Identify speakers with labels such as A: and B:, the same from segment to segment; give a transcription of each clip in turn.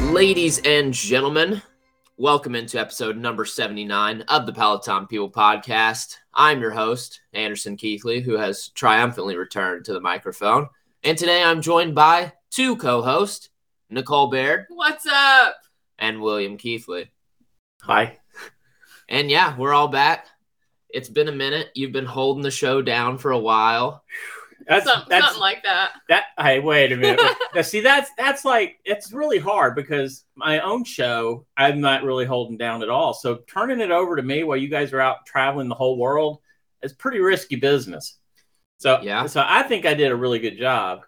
A: Ladies and gentlemen, welcome into episode number 79 of the Peloton People podcast. I'm your host, Anderson Keithley, who has triumphantly returned to the microphone. And today I'm joined by two co hosts, Nicole Baird
B: What's up?
A: and William Keithley.
C: Hi.
A: And yeah, we're all back. It's been a minute. You've been holding the show down for a while.
C: That's
B: Some-
C: that's
B: something like that.
C: that. Hey, wait a minute. now, see, that's that's like it's really hard because my own show I'm not really holding down at all. So turning it over to me while you guys are out traveling the whole world is pretty risky business. So
A: Yeah.
C: So I think I did a really good job,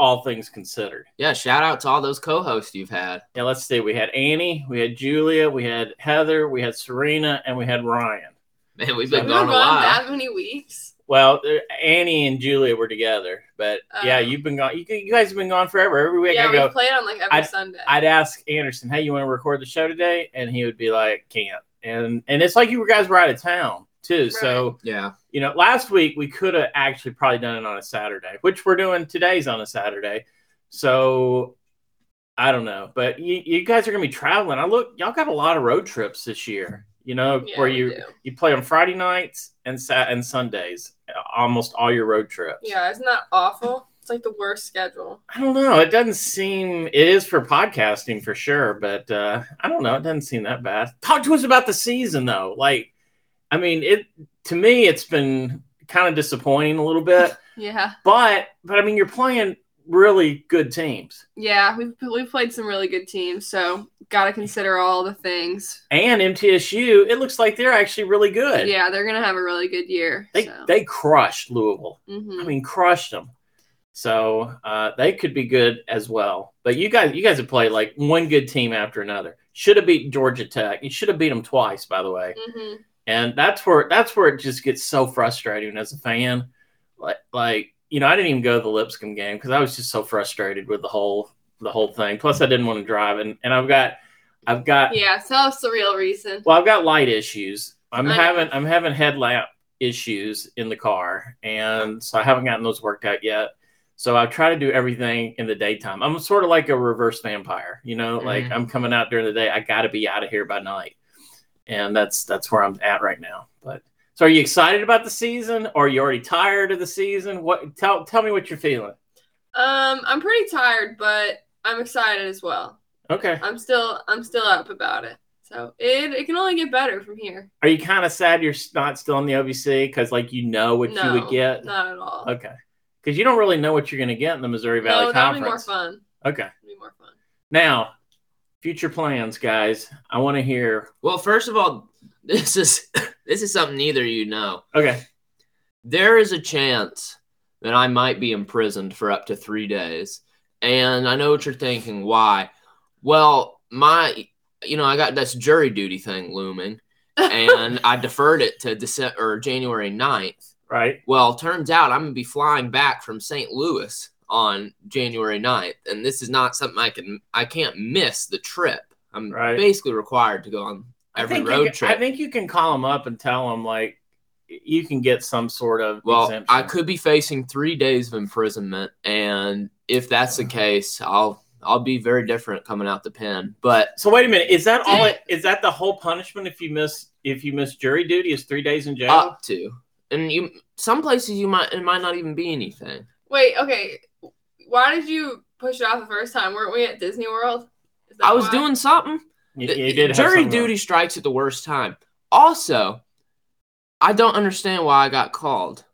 C: all things considered.
A: Yeah, shout out to all those co hosts you've had.
C: Yeah. Let's see. We had Annie. We had Julia. We had Heather. We had Serena, and we had Ryan.
A: Man, we've been
B: We
C: We've
A: gone
B: were gone
A: a while.
B: that many weeks.
C: Well, there- Annie and Julia were together, but yeah,
B: Um,
C: you've been gone. You, you guys have been gone forever. Every week
B: yeah,
C: I
B: we
C: go.
B: played on like every
C: I'd-
B: Sunday.
C: I'd ask Anderson, "Hey, you want to record the show today?" And he would be like, "Can't." And and it's like you guys were out of town too. So
A: Yeah.
C: you know, last week we could have actually probably done it on a Saturday, which we're doing today's on a Saturday. So I don't know, but you, you guys are gonna be traveling. I look, y'all got a lot of road trips this year. You know,
B: yeah,
C: where
B: we
C: you
B: do.
C: you play on Friday nights and sat and Sundays, almost all your road trips.
B: Yeah, isn't that awful? It's like the worst schedule.
C: I don't know. It doesn't seem it is for podcasting for sure, but uh, I don't know. It doesn't seem that bad. Talk to us about the season though. Like, I mean, it to me it's been kind of disappointing a little bit,
B: Yeah,
C: but but I mean, you're playing really good teams,
B: yeah. We've we played some really good teams, so gotta consider all the things.
C: and MTSU. It looks like they're actually really good.
B: Yeah, they're gonna have a really good year.
C: they
B: so.
C: they crushed Louisville.
B: Mhm.
C: I mean, crushed them. So uh, they could be good as well. But you guys, you guys have played like one good team after another. Should have beat Georgia Tech. You should have beat them twice, by the way.
B: Mhm.
C: And that's where that's where it just gets so frustrating as a fan. Like, like you know, I didn't even go to the Lipscomb game because I was just so frustrated with the whole the whole thing. Plus, I didn't want to drive, and and I've got I've got
B: Yeah, tell us the real reason.
C: well, I've got light issues. I'm
B: I know.
C: having I'm having headlamp issues in the car, and so I haven't gotten those worked out yet. So I try to do everything in the daytime. I'm sort of like a reverse vampire, you know.
B: Mm-hmm.
C: Like
A: Mhm.
C: I'm coming out during the day. I got to be out of here by night, and that's that's where I'm at right now. But so, are you excited about the season, or are you already tired of the season? What tell tell me what you're feeling.
B: Um, I'm pretty tired, but I'm excited as well.
C: Okay.
B: I'm still I'm still up about it. So it it can only get better from here.
C: Are you kind of sad you're not still in the OVC because like you know what you would get?
B: Not at all.
C: Okay. Because you don't really know what you're going to get in the Missouri Valley
B: no, that'll be more
C: Conference.
B: fun.
C: Okay.
B: That'll be more fun.
C: Now, future plans, guys. I want to hear.
A: Well, first of all, this is this is something neither of you know.
C: Okay.
A: there is a chance that I might be imprisoned for up to three days. And I know what you're thinking. Why? Well, my, you know, I got this jury duty thing looming, and I deferred it to December or January 9th.
C: Right.
A: Well, turns out I'm going to be flying back from St. Louis on January 9th, and this is not something I can I can't miss the trip. I'm
C: Right.
A: basically required to go on
C: I
A: every
C: think
A: road
C: you, can-
A: trip.
C: I think you can call them up and tell them, like, you can get some sort of.
A: Well,
C: exemption.
A: I could be facing three days of imprisonment, and if that's the case, I'll I'll be very different coming out the pen. But
C: So wait a minute. Is that all? It, is that the whole punishment if you miss if you miss jury duty is three days in jail?
A: up to and you, some places you might it might not even be anything.
B: Wait, okay. Why did you push it off the first time? Weren't we at Disney World? Is that
A: I was
B: why?
A: doing something.
C: You- you did have
A: Jury
C: something
A: duty strikes at the worst time. Also, I don't understand why I got called.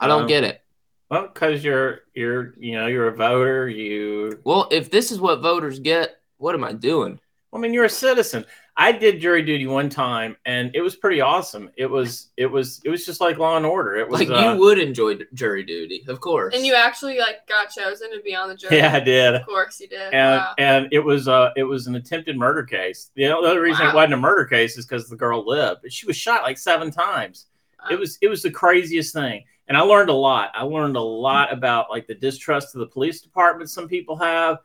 A: I don't
C: Um,
A: get it.
C: Wrong. Well, because you're you're you know you're a voter. You
A: Well, if this is what voters get, what am I doing?
C: I mean, you're a citizen. I did jury duty one time, and it was pretty awesome. It was, it was, it was just like Law and Order. It was,
A: Like
C: uh,
A: you would enjoy jury duty, of course.
B: And you actually like got chosen to be on the jury.
C: yeah, I did,
B: Of course you did.
C: and
B: wow.
C: and it was, uh, it was an attempted murder case. The other reason
B: Wow.
C: it wasn't a murder case is because the girl lived. But She was shot like seven times. It
B: Um,
C: was, it was the craziest thing, and I learned a lot. I learned a lot about like the distrust of the police department some people have,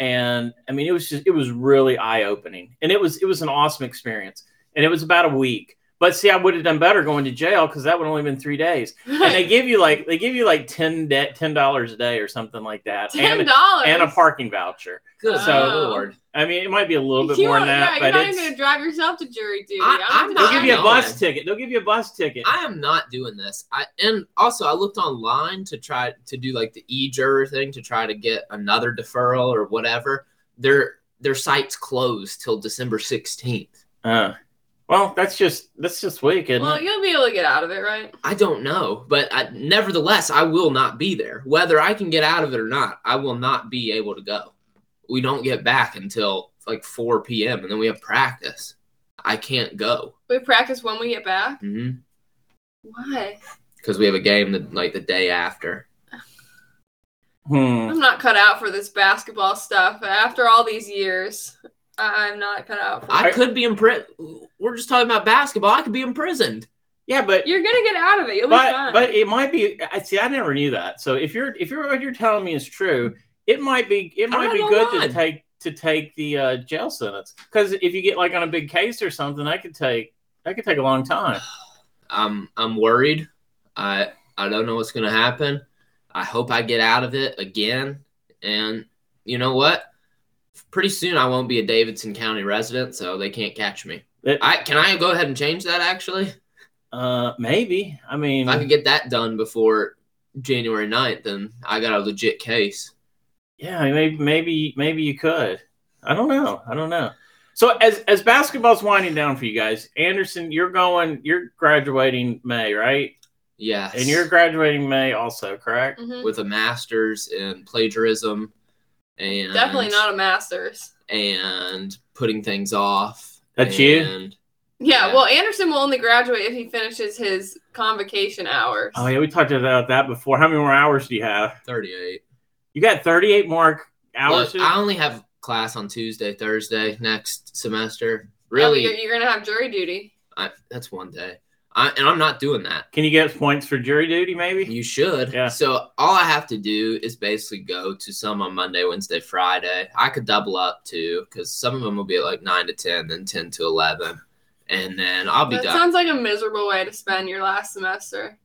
C: and I mean, it was just, it was really eye opening, and it was, it was an awesome experience, and it was about a week. But see, I would have done better going to jail because that would only been three days. And they give you like they give you like ten de- ten dollars a day or something like that,
B: Ten
C: and,
B: dollars
C: and a parking voucher.
A: Good
C: So-
A: lord.
C: I mean, it might be a little bit
B: You
C: more
B: don't-
C: than that,
B: yeah, you're
C: but
B: not
C: it's,
B: even gonna drive yourself to jury duty.
A: I-
B: I'm
A: I'm
C: they'll
A: not-
B: just-
C: give you a
A: No,
C: bus
A: man.
C: ticket. They'll give you a bus ticket.
A: I am not doing this. I and also I looked online to try to do like the e juror thing to try to get another deferral or whatever. Their their site's closed till December sixteenth.
C: Uh, well, that's just that's just weak, isn't
B: Well,
C: it?
B: you'll be able to get out of it, right?
A: I don't know, but I, nevertheless, I will not be there. Whether I can get out of it or not, I will not be able to go. We don't get back until like four p.m. and then we have practice. I can't go
B: We practice when we get back.
A: because
B: Why?
A: we have a game the, like the day after.
C: Hmm.
B: I'm not cut out for this basketball stuff. After all these years, I- I'm not cut out for.
A: I
C: Are-
A: could be in prison. We're just talking about basketball. I could be imprisoned.
C: Yeah, but
B: You're gonna get out of it. You'll be
C: but
B: fine.
C: but it might be. I see. I never knew that. So if you're if you're what you're telling me is true, it might be it might
A: read
C: be good
A: online.
C: to take to take the uh, jail sentence because if you get like on a big case or something, that could take that could take a long time.
A: I'm I'm worried. I I don't know what's gonna happen. I hope I get out of it again. And you know what? Pretty soon I won't be a Davidson County resident, so they can't catch me.
C: It-
A: I can I go ahead and change that actually?
C: uh, maybe. I mean,
A: If I could get that done before January 9th, then I got a legit case.
C: yeah, maybe maybe maybe you could. I don't know. I don't know. So as as basketball's winding down for you guys, Anderson, you're going. You're graduating May, right?
A: Yes.
C: And you're graduating May also, correct?
B: Mhm.
A: with a master's in plagiarism and
B: Definitely not a master's.
A: and putting things off.
C: That's you?
A: and-
B: Yeah,
A: Yeah.
B: Well, Anderson will only graduate if he finishes his convocation hours.
C: Oh yeah, we talked about that before. How many more hours do you have?
A: 38.
C: You got 38 more hours.
A: Look,
C: to-
A: I only have class on Tuesday, Thursday next semester.
B: Yeah, but You're,
A: Really,
B: you're gonna have jury duty.
A: I, that's one day. I, and I'm not doing that.
C: Can you get us points for jury duty, maybe?
A: You should.
C: Yeah.
A: So all I have to do is basically go to some on Monday, Wednesday, Friday. I could double up too because some of them will be at like nine to ten, then ten to eleven, and then I'll be
B: That
A: done.
B: sounds like a miserable way to spend your last semester.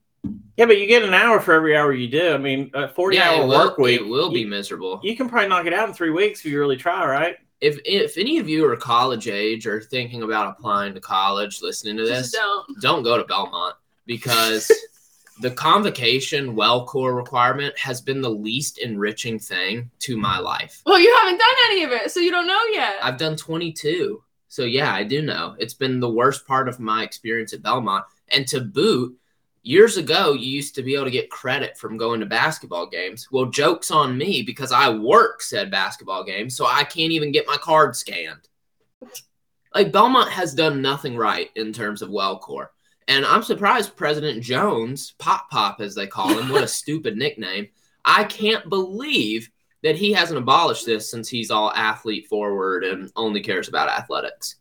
C: Yeah, but you get an hour for every hour you do. I mean, a 40
A: yeah,
C: hour
A: it will,
C: work week.
A: It will be
C: You,
A: miserable.
C: you can probably knock it out in three weeks if you really try, right?
A: if if any of you are college age or thinking about applying to college, listening to this,
B: Just don't.
A: don't go to Belmont because the convocation well core requirement has been the least enriching thing to my life.
B: Well, you haven't done any of it, so you don't know yet.
A: I've done 22. So yeah, I do know. It's been the worst part of my experience at Belmont. And to boot, years ago you used to be able to get credit from going to basketball games. Well, jokes on me because I work said basketball games, so I can't even get my card scanned. Like Belmont has done nothing right in terms of well core. And I'm surprised President Jones, Pop Pop as they call him, what a stupid nickname. I can't believe that he hasn't abolished this since he's all athlete forward and only cares about athletics.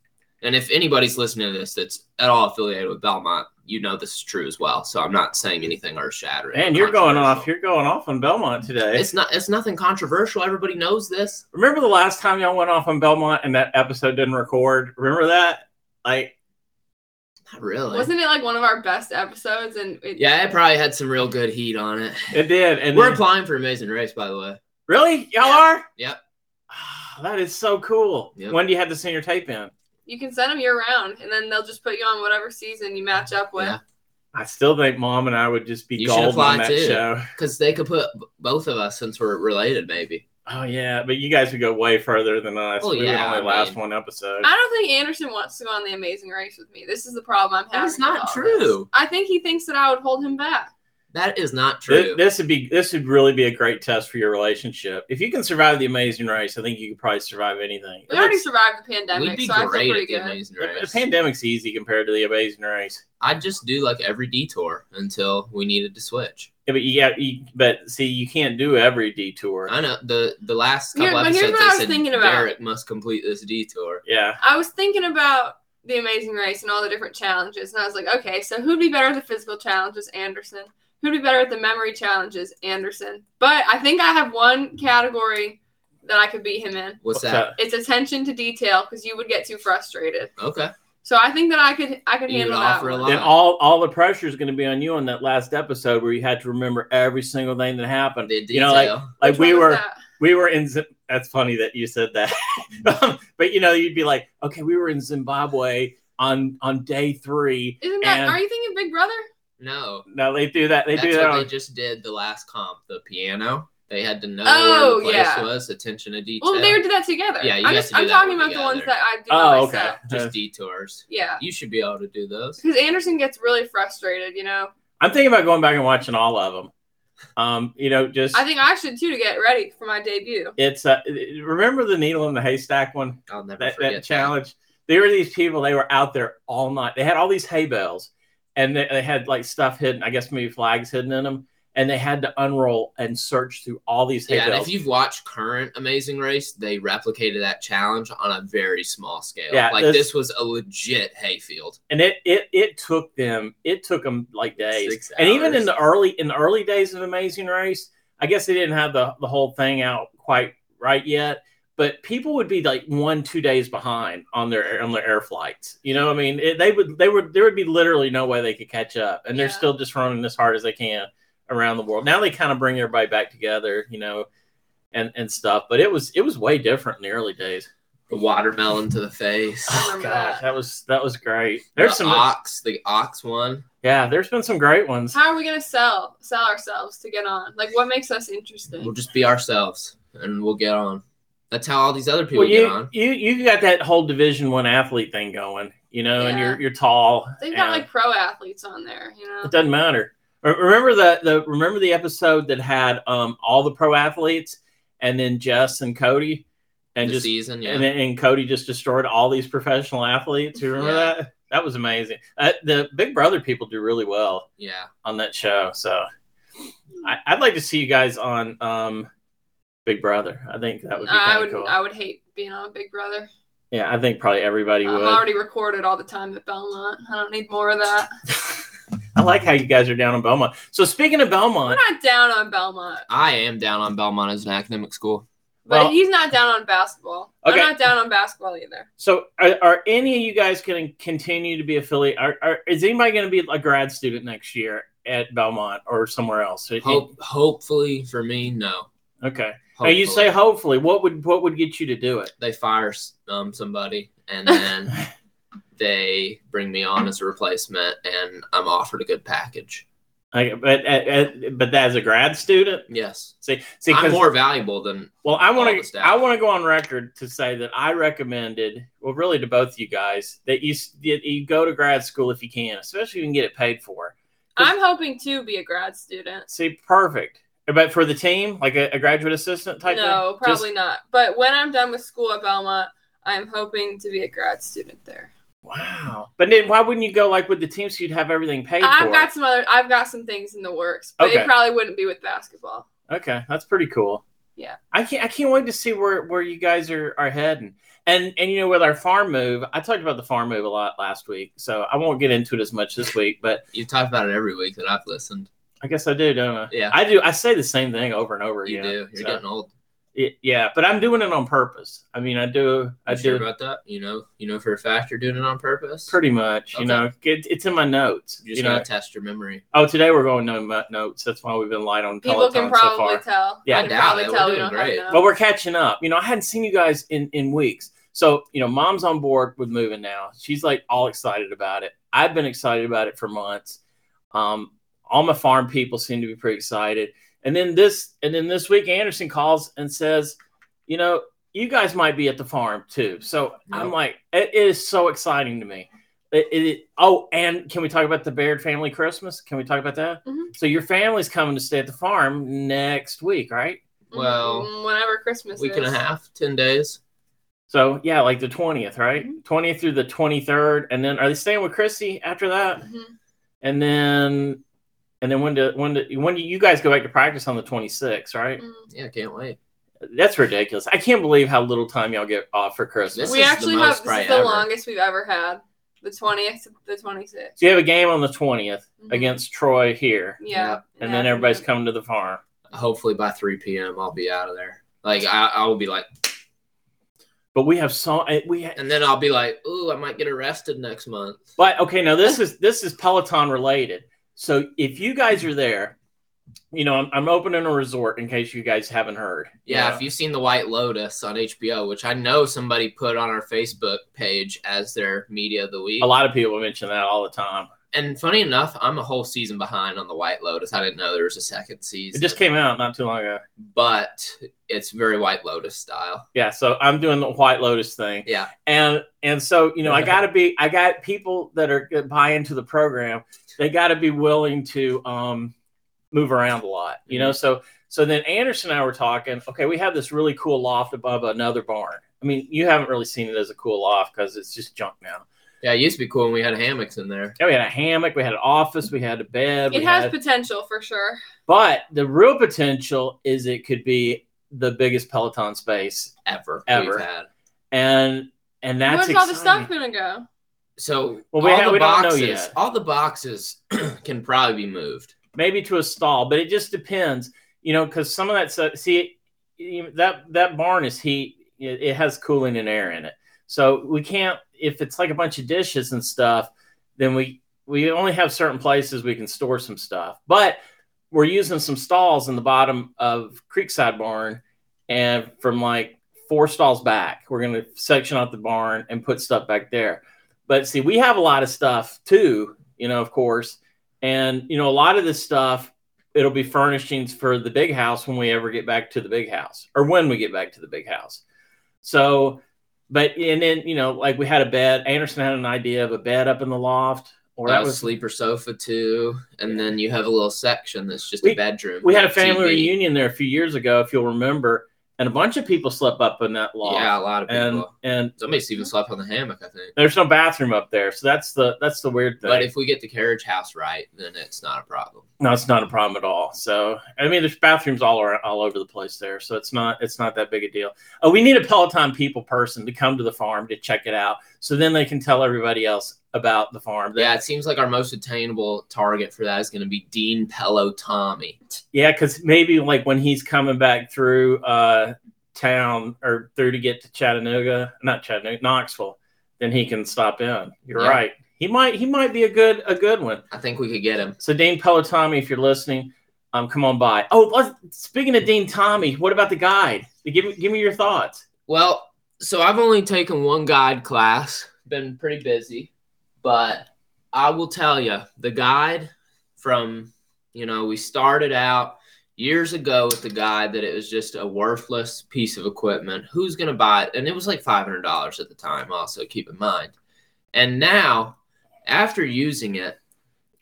A: And if anybody's listening to this that's at all affiliated with Belmont, you know this is true as well. So I'm not saying anything earth shattering.
C: And you're going off. You're going off on Belmont today.
A: It's not. It's nothing controversial. Everybody knows this.
C: Remember the last time y'all went off on Belmont and that episode didn't record? Remember that? Like,
A: Not really.
B: Wasn't it like one of our best episodes? And it,
A: yeah, it probably had some real good heat on it.
C: it did. And
A: We're
C: then-
A: applying for Amazing Race, by the way.
C: really? Y'all
B: Yeah.
C: are?
A: Yep.
C: Ah, that is so cool.
A: Yep.
C: When do you have to send your tape in?
B: you can send them year round, and then they'll just put you on whatever season you match up with.
A: Yeah.
C: I still think mom and I would just be
A: You should
C: gold
A: apply
C: on that
A: too.
C: show.
A: Because they could put b- both of us since we're related, maybe.
C: Oh yeah, but you guys would go way further than us.
A: Well,
C: we would
A: Oh, yeah,
C: only
A: I
C: last
A: mean-
C: one episode.
B: I don't think Anderson wants to go on the Amazing Race with me. This is the problem I'm having.
A: That is
B: with
A: not
B: all this.
A: true.
B: I think he thinks that I would hold him back.
A: That is not
C: Thi-
A: true.
C: This, would be this would really be a great test for your relationship. If you can survive the Amazing Race, I think you could probably survive anything.
B: We already
C: It's-
B: survived the
A: We'd
B: pandemic,
A: be
B: so I feel
A: great
B: pretty
A: at the
B: good.
A: Amazing
C: the, the
A: Race.
C: pandemic's easy compared to the Amazing Race.
A: I'd just do like every detour until we needed to switch.
C: Yeah, but you got you, but see, you can't do every detour.
A: I know the the last couple
B: Here- but here's
A: episodes
B: what
A: they
B: I was
A: said
B: thinking about.
A: Derek must complete this detour.
C: Yeah,
B: I was thinking about the Amazing Race and all the different challenges, and I was like, okay, so who'd be better at the physical challenges? Anderson. Who'd be better at the memory challenges? Anderson. But I think I have one category that I could beat him in.
A: What's,
C: What's
A: that?
B: It's attention to detail because you would get too frustrated.
A: Okay.
B: So I think that I could I could
A: You
B: handle
A: would
B: that.
A: offer a
B: one.
A: lot.
C: Then all all the pressure is going to be on you on that last episode where you had to remember every single thing that happened.
A: The
C: You know, like
A: detail.
C: like
B: Which
C: we
B: one was
C: were
B: that?
C: we were in. Zim- That's funny that you said that. Um, but you know, you'd be like, okay, we were in Zimbabwe on on day three.
B: Isn't that?
C: and-
B: are you thinking Big Brother?
A: no,
C: No, they do that. They
A: that's
C: do that.
A: what they
C: On,
A: just did the last comp, the piano. They had to know
B: Oh,
A: where the place
B: yeah.
A: was, attention to detail.
B: Well, they did that together.
A: Yeah, you
B: I'm,
A: guys
B: just,
A: do
B: I'm
A: that
B: talking
A: one
B: about the
A: together.
B: ones that I do
C: oh, okay.
B: myself.
A: just
C: Uh,
A: detours.
B: Yeah,
A: You should be able to do those.
B: because Anderson gets really frustrated. You know,
C: I'm thinking about going back and watching all of them. Um, you know, just
B: I think I should too to get ready for my debut.
C: it's uh, remember the needle in the haystack one.
A: I'll never
C: that,
A: forget
C: that challenge. There were these people, they were out there all night. They had all these hay bales and they, they had like stuff hidden, I guess maybe flags hidden in them. And they had to unroll and search through all these hay
A: Yeah, and
C: bales.
A: if you've watched current Amazing Race, they replicated that challenge on a very small scale.
C: Yeah,
A: like
C: this-
A: this, was a legit hayfield.
C: and it, it it took them it took them like days.
A: Six
C: and even
A: hours.
C: in the early in the early days of Amazing Race, I guess they didn't have the, the whole thing out quite right yet. But people would be like one two days behind on their on their air flights. You know, what I mean, it, they would they would there would be literally no way they could catch up, and they're
B: Yeah.
C: still just running as hard as they can around the world. Now they kind of bring everybody back together, you know, and and stuff. But it was it was way different in the early days.
A: The watermelon to the face.
B: I remember
C: gosh,
B: that.
C: that was that was great. There's
A: the
C: some
A: ox, the ox one.
C: yeah, there's been some great ones.
B: How are we gonna sell sell ourselves to get on? Like, what makes us interesting?
A: We'll just be ourselves and we'll get on. That's how all these other people
C: Well, you,
A: get on.
C: you you got that whole Division One athlete thing going, you know, and
B: Yeah.
C: you're you're tall.
B: They've got
C: and
B: like pro athletes on there. You know,
C: it doesn't matter. Re- Remember the the remember the episode that had um all the pro athletes and then Jess and Cody and
A: the
C: just
A: season, yeah.
C: and, then- and Cody just destroyed all these professional athletes. You remember
A: Yeah.
C: that? That was amazing. Uh, the Big Brother people do really well
A: yeah.
C: on that show, so I, I'd like to see you guys on um Big Brother. I think that would be
B: Uh, I
C: kind
B: would
C: of cool.
B: I would hate being on Big Brother.
C: yeah, I think probably everybody
B: I'm
C: would.
B: already recorded all the time at Belmont. I don't need more of that.
C: I like how you guys are down on Belmont. So speaking of
B: We're
C: Belmont,
B: not down on Belmont,
A: I am down on Belmont as an academic school.
B: but
C: Well-
B: he's not down on basketball.
C: Okay.
B: I'm not down on basketball either.
C: so are, are any of you guys going to continue to be affiliate? Are, are, is anybody going to be a grad student next year at Belmont or somewhere else?
A: Hope hopefully for me, no.
C: Okay. Now
A: Hopefully.
C: you say hopefully. What would what would get you to do it?
A: they fire um, somebody and then they bring me on as a replacement and I'm offered a good package.
C: Okay, but uh, uh, but as a grad student,
A: Yes.
C: see see
A: I'm
C: 'cause-
A: more valuable than
C: Well, I
A: all the
C: want to
A: staff.
C: I want to go on record to say that I recommended, well, really to both you guys, that you s- that you go to grad school if you can, especially if you can get it paid for.
B: I'm hoping to be a grad student.
C: See, perfect. But for the team, like a, a graduate assistant type
B: No,
C: thing?
B: probably
C: Just-
B: not. But when I'm done with school at Belmont, I'm hoping to be a grad student there.
C: wow. But then why wouldn't you go like with the team so you'd have everything paid
B: I've
C: for?
B: got some other. I've got some things in the works, but
C: Okay.
B: it probably wouldn't be with basketball.
C: Okay, that's pretty cool.
B: Yeah.
C: I can't I can't wait to see where, where you guys are, are heading. And and you know, with our farm move, I talked about the farm move a lot last week, so I won't get into it as much this week, but
A: you talk about it every week that I've listened.
C: I guess I do, don't I?
A: Yeah.
C: I do I say the same thing over and over
A: You
C: again.
A: do. You're
C: so-
A: getting old.
C: Y- yeah, but I'm doing it on purpose. I mean I do I
A: You sure
C: do
A: about that? You know, you know for a fact you're doing it on purpose.
C: pretty much,
A: Okay.
C: you know. It, it's in my notes.
A: you
C: you
A: just
C: know,
A: gotta test your memory.
C: Oh, today we're going no mo- notes. That's why we've been light on
B: People
C: Peloton
B: can
C: so
B: probably
C: far.
B: tell.
C: Yeah,
B: I
A: I
B: can
A: doubt
B: probably
A: it. We're
B: tell we
A: doing
B: don't have
A: great.
B: enough.
C: But we're catching up. You know, I hadn't seen you guys in in weeks. So you know, mom's on board with moving now. She's like all excited about it. I've been excited about it for months. Um, all my farm people seem to be pretty excited. And then this, and then this week, Anderson calls and says, "You know, you guys might be at the farm too." So I'm
A: Yep.
C: like, it, it is so exciting to me. It, it- oh, and can we talk about the Baird family Christmas? Can we talk about that?
B: Mhm.
C: So your family's coming to stay at the farm next week, right?
A: Well,
B: Mm, whenever Christmas
A: Week
B: is.
A: and a half, ten days.
C: So yeah, like the twentieth, right?
A: Mm-hmm.
C: 20th through the twenty third, and then are they staying with Chrissy after that?
B: Mhm.
C: And then, and then when do when do when do you guys go back to practice on the twenty sixth? Right?
B: Mm.
A: Yeah, can't wait.
C: That's ridiculous. I can't believe how little time y'all get off for Christmas.
A: This
B: We
A: is the
B: actually
A: most
B: have this
A: probably
B: is the
A: ever.
B: longest we've ever had. The twentieth to the twenty sixth.
C: so you have a game on the 20th
B: Mhm.
C: against Troy here,
A: Mm-hmm. Yeah.
B: Yeah.
C: and
B: Yeah.
C: then everybody's coming to the farm.
A: Hopefully by three PM I'll be out of there. Like I, I will be like
C: But we have so eh, we ha-
A: And then I'll be like, ooh, I might get arrested next month.
C: But okay, now this is this is Peloton related. So if you guys are there, you know I'm, I'm opening a resort in case you guys haven't heard.
A: Yeah,
C: You know,
A: if you've seen The White Lotus on HBO, which I know somebody put on our Facebook page as their media of the week.
C: a lot of people mention that all the time.
A: And funny enough, I'm a whole season behind on The White Lotus. I didn't know there was a second
C: It
A: season.
C: just came out not too long ago.
A: but it's very White Lotus style.
C: Yeah, so I'm doing the White Lotus thing.
A: Yeah.
C: and and so you know I gotta be I got people that are gonna buy into the program. They gotta be willing to um, move around a lot. You
B: Mm-hmm.
C: know, so so then Anderson and I were talking. Okay, we have this really cool loft above another barn. I mean, you haven't really seen it as a cool loft because it's just junk now.
A: Yeah, it used to be cool when we had hammocks in there.
C: Yeah, we had a hammock, we had an office, we had a bed.
B: It
C: we
B: has
C: had-
B: potential for sure.
C: but the real potential is it could be the biggest Peloton space,
A: Ever.
C: Ever.
A: We've had.
C: and and that's
B: Where's all the
C: exciting.
B: stuff gonna go?
A: So
C: Well, we
A: all
C: ha-
A: the
C: we don't know
A: boxes,
C: yet.
A: all the boxes can probably be moved.
C: maybe to a stall, but it just depends, you know, because some of that stuff. See, you- that that barn is heat; it, it has cooling and air in it, so we can't. If it's like a bunch of dishes and stuff, then we we only have certain places we can store some stuff. But we're using some stalls in the bottom of Creekside Barn, and from like four stalls back, we're going to section out the barn and put stuff back there. But see, we have a lot of stuff too, you know, of course. And, you know, a lot of this stuff, it'll be furnishings for the big house when we ever get back to the big house or when we get back to the big house. So, but, and then, you know, like we had a bed, Anderson had an idea of a bed up in the loft, or
A: Well,
C: that was
A: Uh, sleeper sofa too, and then you have a little section that's just
C: We-
A: a bedroom.
C: We had a
A: with
C: family
A: TV.
C: reunion there a few years ago, if you'll remember, and a bunch of people slept up in that loft.
A: Yeah, a lot of people.
C: and and
A: Somebody's even slept on the hammock, I think.
C: there's no bathroom up there, so that's the that's the weird thing.
A: But if we get the carriage house right, then it's not a problem.
C: no, it's not a problem at all. So I mean, there's bathrooms all around, all over the place there, so it's not it's not that big a deal. Oh, we need a Peloton people person to come to the farm to check it out, so then they can tell everybody else about the farm.
A: Yeah, it seems like our most attainable target for that is going to be Dean Pello Tommy.
C: Yeah, because maybe like when he's coming back through uh town or through to get to Chattanooga, not Chattanooga, Knoxville, then he can stop in. You're
A: Yeah.
C: right. He might he might be a good a good one.
A: I think we could get him.
C: So Dean Pelotami, if you're listening, um, come on by. Oh, let's, speaking of Dean Tommy, what about the guide? Give me give me your thoughts.
A: Well, so I've only taken one guide class, been pretty busy, but I will tell you the guide from, you know, we started out years ago with the guide that it was just a worthless piece of equipment. Who's going to buy it? And it was like $500 at the time, also, keep in mind. And now, after using it,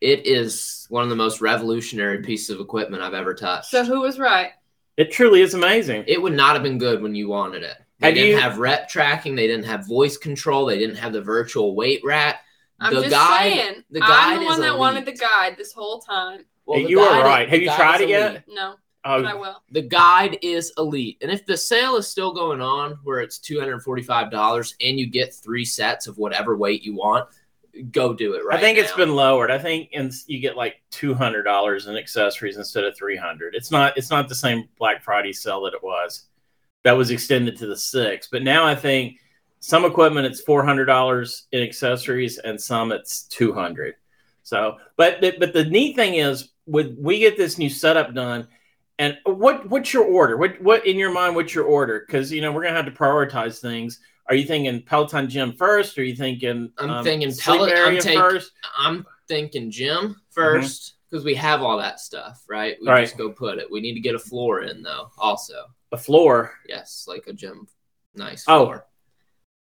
A: it is one of the most revolutionary pieces of equipment I've ever touched.
B: So who was right?
C: It truly is amazing.
A: It would not have been good when you wanted it. They
C: Have
A: didn't
C: you-
A: have rep tracking. They didn't have voice control. They didn't have the virtual weight rat.
B: I'm
A: the
B: just
A: guide,
B: saying.
A: the
B: I'm
A: guide
B: the
A: is
B: one that
A: elite.
B: wanted the guide this whole time.
A: Well,
C: Hey,
A: the
C: you are
A: guide-
C: right. Have
A: the
C: you
A: guide
C: tried
A: is
C: it yet?
A: elite.
B: No,
C: Oh,
B: but I will.
A: The guide is elite, and if the sale is still going on, where it's two hundred forty-five dollars, and you get three sets of whatever weight you want, go do it right.
C: I think it's
A: now.
C: been lowered. I think and you get like two hundred dollars in accessories instead of three hundred. It's not it's not the same Black Friday sale that it was. That was extended to the six. But now I think some equipment it's four hundred dollars in accessories and some it's two hundred. So but the, but the neat thing is with we get this new setup done and what what's your order? What what in your mind what's your order? Because you know we're gonna have to prioritize things. Are you thinking Peloton gym first? Or are you thinking um,
A: I'm thinking
C: sleep
A: Pel- I'm
C: area
A: taking-
C: first?
A: I'm thinking gym first because we have all that stuff, right? We
C: Mm-hmm. Right.
A: just go put it. We need to get a floor in though. Also,
C: a floor.
A: yes, like a gym, nice
C: Oh.
A: floor.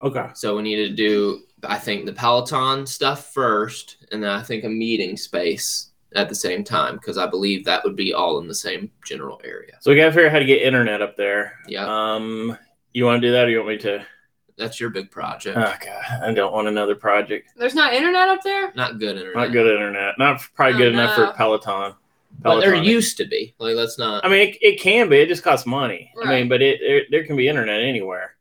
C: Okay.
A: So we needed to do, I think, the Peloton stuff first, and then I think a meeting space at the same time because I believe that would be all in the same general area.
C: So we gotta figure out how to get internet up there.
A: Yeah.
C: Um, you want to do that, or you want me to?
A: That's your big project.
C: Oh god, I don't want another project.
B: There's not internet up there.
A: Not good internet.
C: Not good internet. Not f- probably good
B: Oh,
C: enough
B: no.
C: for Peloton.
A: But there
C: Peloton.
A: used to be. Like, let's not.
C: I mean, it, it can be. It just costs money. I mean,
B: Right.
C: but it, it there can be internet anywhere.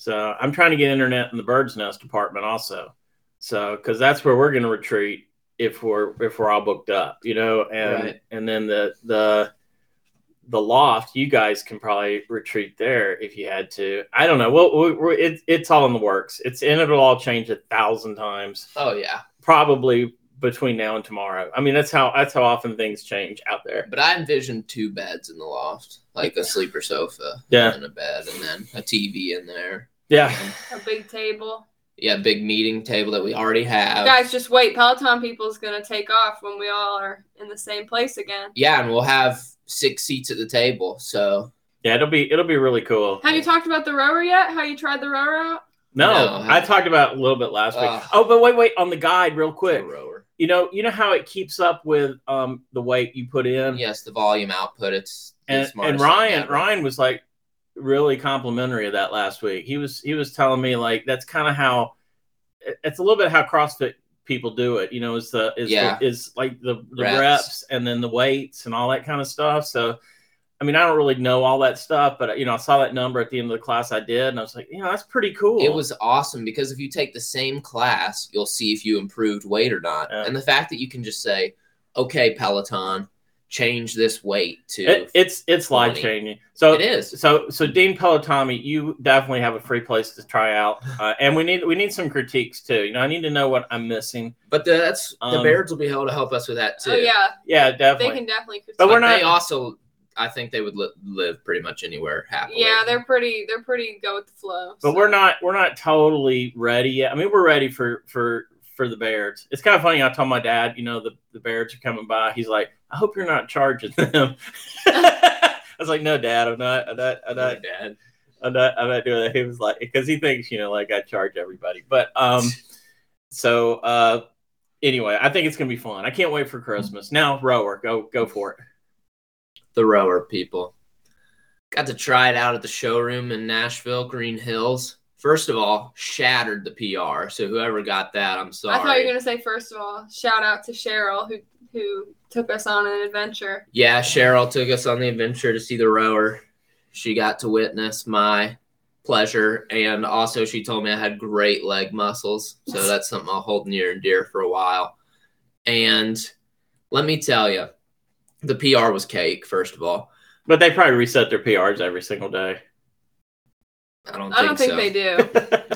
C: So I'm trying to get internet in the bird's nest department also. So because that's where we're going to retreat if we're if we're all booked up, you know, and
A: Right.
C: and then the the the loft, you guys can probably retreat there if you had to. I don't know. Well, we we're, it, it's all in the works. It's and it'll all change a thousand times,
A: Oh yeah,
C: probably between now and tomorrow. I mean, that's how that's how often things change out there.
A: but I envisioned two beds in the loft, like a sleeper sofa
C: Yeah,
A: and a bed, and then a TV in there.
C: yeah.
B: A big table.
A: Yeah, big meeting table that we already have.
B: Guys, just wait. Peloton people's gonna take off when we all are in the same place again.
A: Yeah, and we'll have six seats at the table. So
C: Yeah, it'll be it'll be really cool.
B: Have you talked about the rower yet? How you tried the rower out?
C: No,
A: No,
C: I talked about it a little bit last
A: Ugh.
C: week. Oh, but wait, wait, on the guide real quick.
A: rower.
C: You know, you know how it keeps up with um the weight you put in.
A: Yes, the volume output. It's the
C: and, and
A: smartest thing
C: Ryan
A: ever.
C: Ryan was like really complimentary of that last week. He was he was telling me like that's kind of how it- it's a little bit how CrossFit people do it. You know, is the is
A: Yeah.
C: the, is like the, the
A: Reps.
C: reps. and then the weights and all that kind of stuff. So. I mean, I don't really know all that stuff, but you know, I saw that number at the end of the class I did, and I was like, you know, that's pretty cool.
A: It was awesome because if you take the same class, you'll see if you improved weight or not.
C: Yeah.
A: And the fact that you can just say, "Okay, Peloton, change this weight to
C: It- it's it's life
A: 20.
C: changing. So
A: it is."
C: so so Dean Pelotami, you definitely have a free place to try out, uh, and we need we need some critiques too. You know, I need to know what I'm missing.
A: But the, that's the
C: Um,
A: Bears will be able to help us with that too.
B: Oh yeah,
C: Yeah,
B: they
C: definitely.
B: can definitely.
C: But
A: But
C: we're
A: they
C: not-
A: also, I think they would li- live pretty much anywhere happily.
B: yeah, they're pretty. They're pretty go with the flow.
C: but
B: so.
C: we're not we're not totally ready yet. I mean, we're ready for for for the Bears. It's kind of funny. I told my dad, you know, the the Bears are coming by. He's like, I hope you're not charging them. I was like, no, Dad, I'm not. I'm not. I'm not.
A: Dad.
C: I'm not, I'm not doing that. He was like, because he thinks, you know, like I charge everybody. But um, so uh, anyway, I think it's gonna be fun. I can't wait for Christmas. Now, rower, go go for it.
A: the rower people. Got to try it out at the showroom in Nashville, Green Hills. First of all, shattered the PR. So whoever got that, I'm sorry.
B: I thought you were gonna say first of all, shout out to Cheryl who who took us on an adventure.
A: yeah, Cheryl took us on the adventure to see the rower. She got to witness my pleasure, and also she told me I had great leg muscles. So that's something I'll hold near and dear for a while. And let me tell you, the PR was cake. First of all,
C: But they probably reset their PRs every single day.
A: I don't.
B: I don't think
A: so.
B: they do.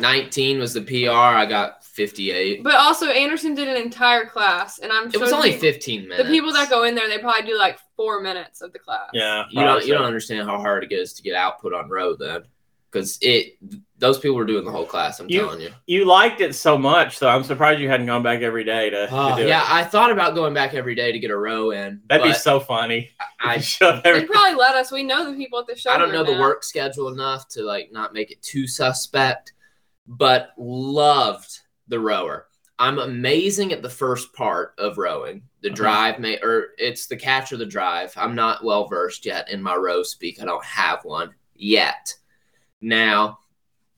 A: 19 was the PR. I got 58.
B: but also, Anderson did an entire class, and I'm
A: It
B: sure
A: was
B: the
A: only
B: people-
A: 15
B: the
A: minutes.
B: people that go in there, they probably do like four minutes of the class.
C: yeah,
A: You don't
C: probably
A: you
C: so.
A: don't understand how hard it is to get output on road then, because it those people were doing the whole class. I'm
C: You-
A: telling you.
C: you liked it so much, though. I'm surprised you hadn't gone back every day to, to
A: Oh,
C: do
A: yeah, I
C: it.
A: thought about going back every day to get a row in.
C: That'd be
A: but
C: so funny.
A: I-
C: Shove
B: They
C: every-
B: probably let us. We know the people at the show.
A: I don't know the
B: now.
A: work schedule enough to like not make it too suspect, but loved the rower. I'm amazing at the first part of rowing. The
C: Uh-huh.
A: drive may or it's the catch or the drive. I'm not well versed yet in my row speak. I don't have one yet. Now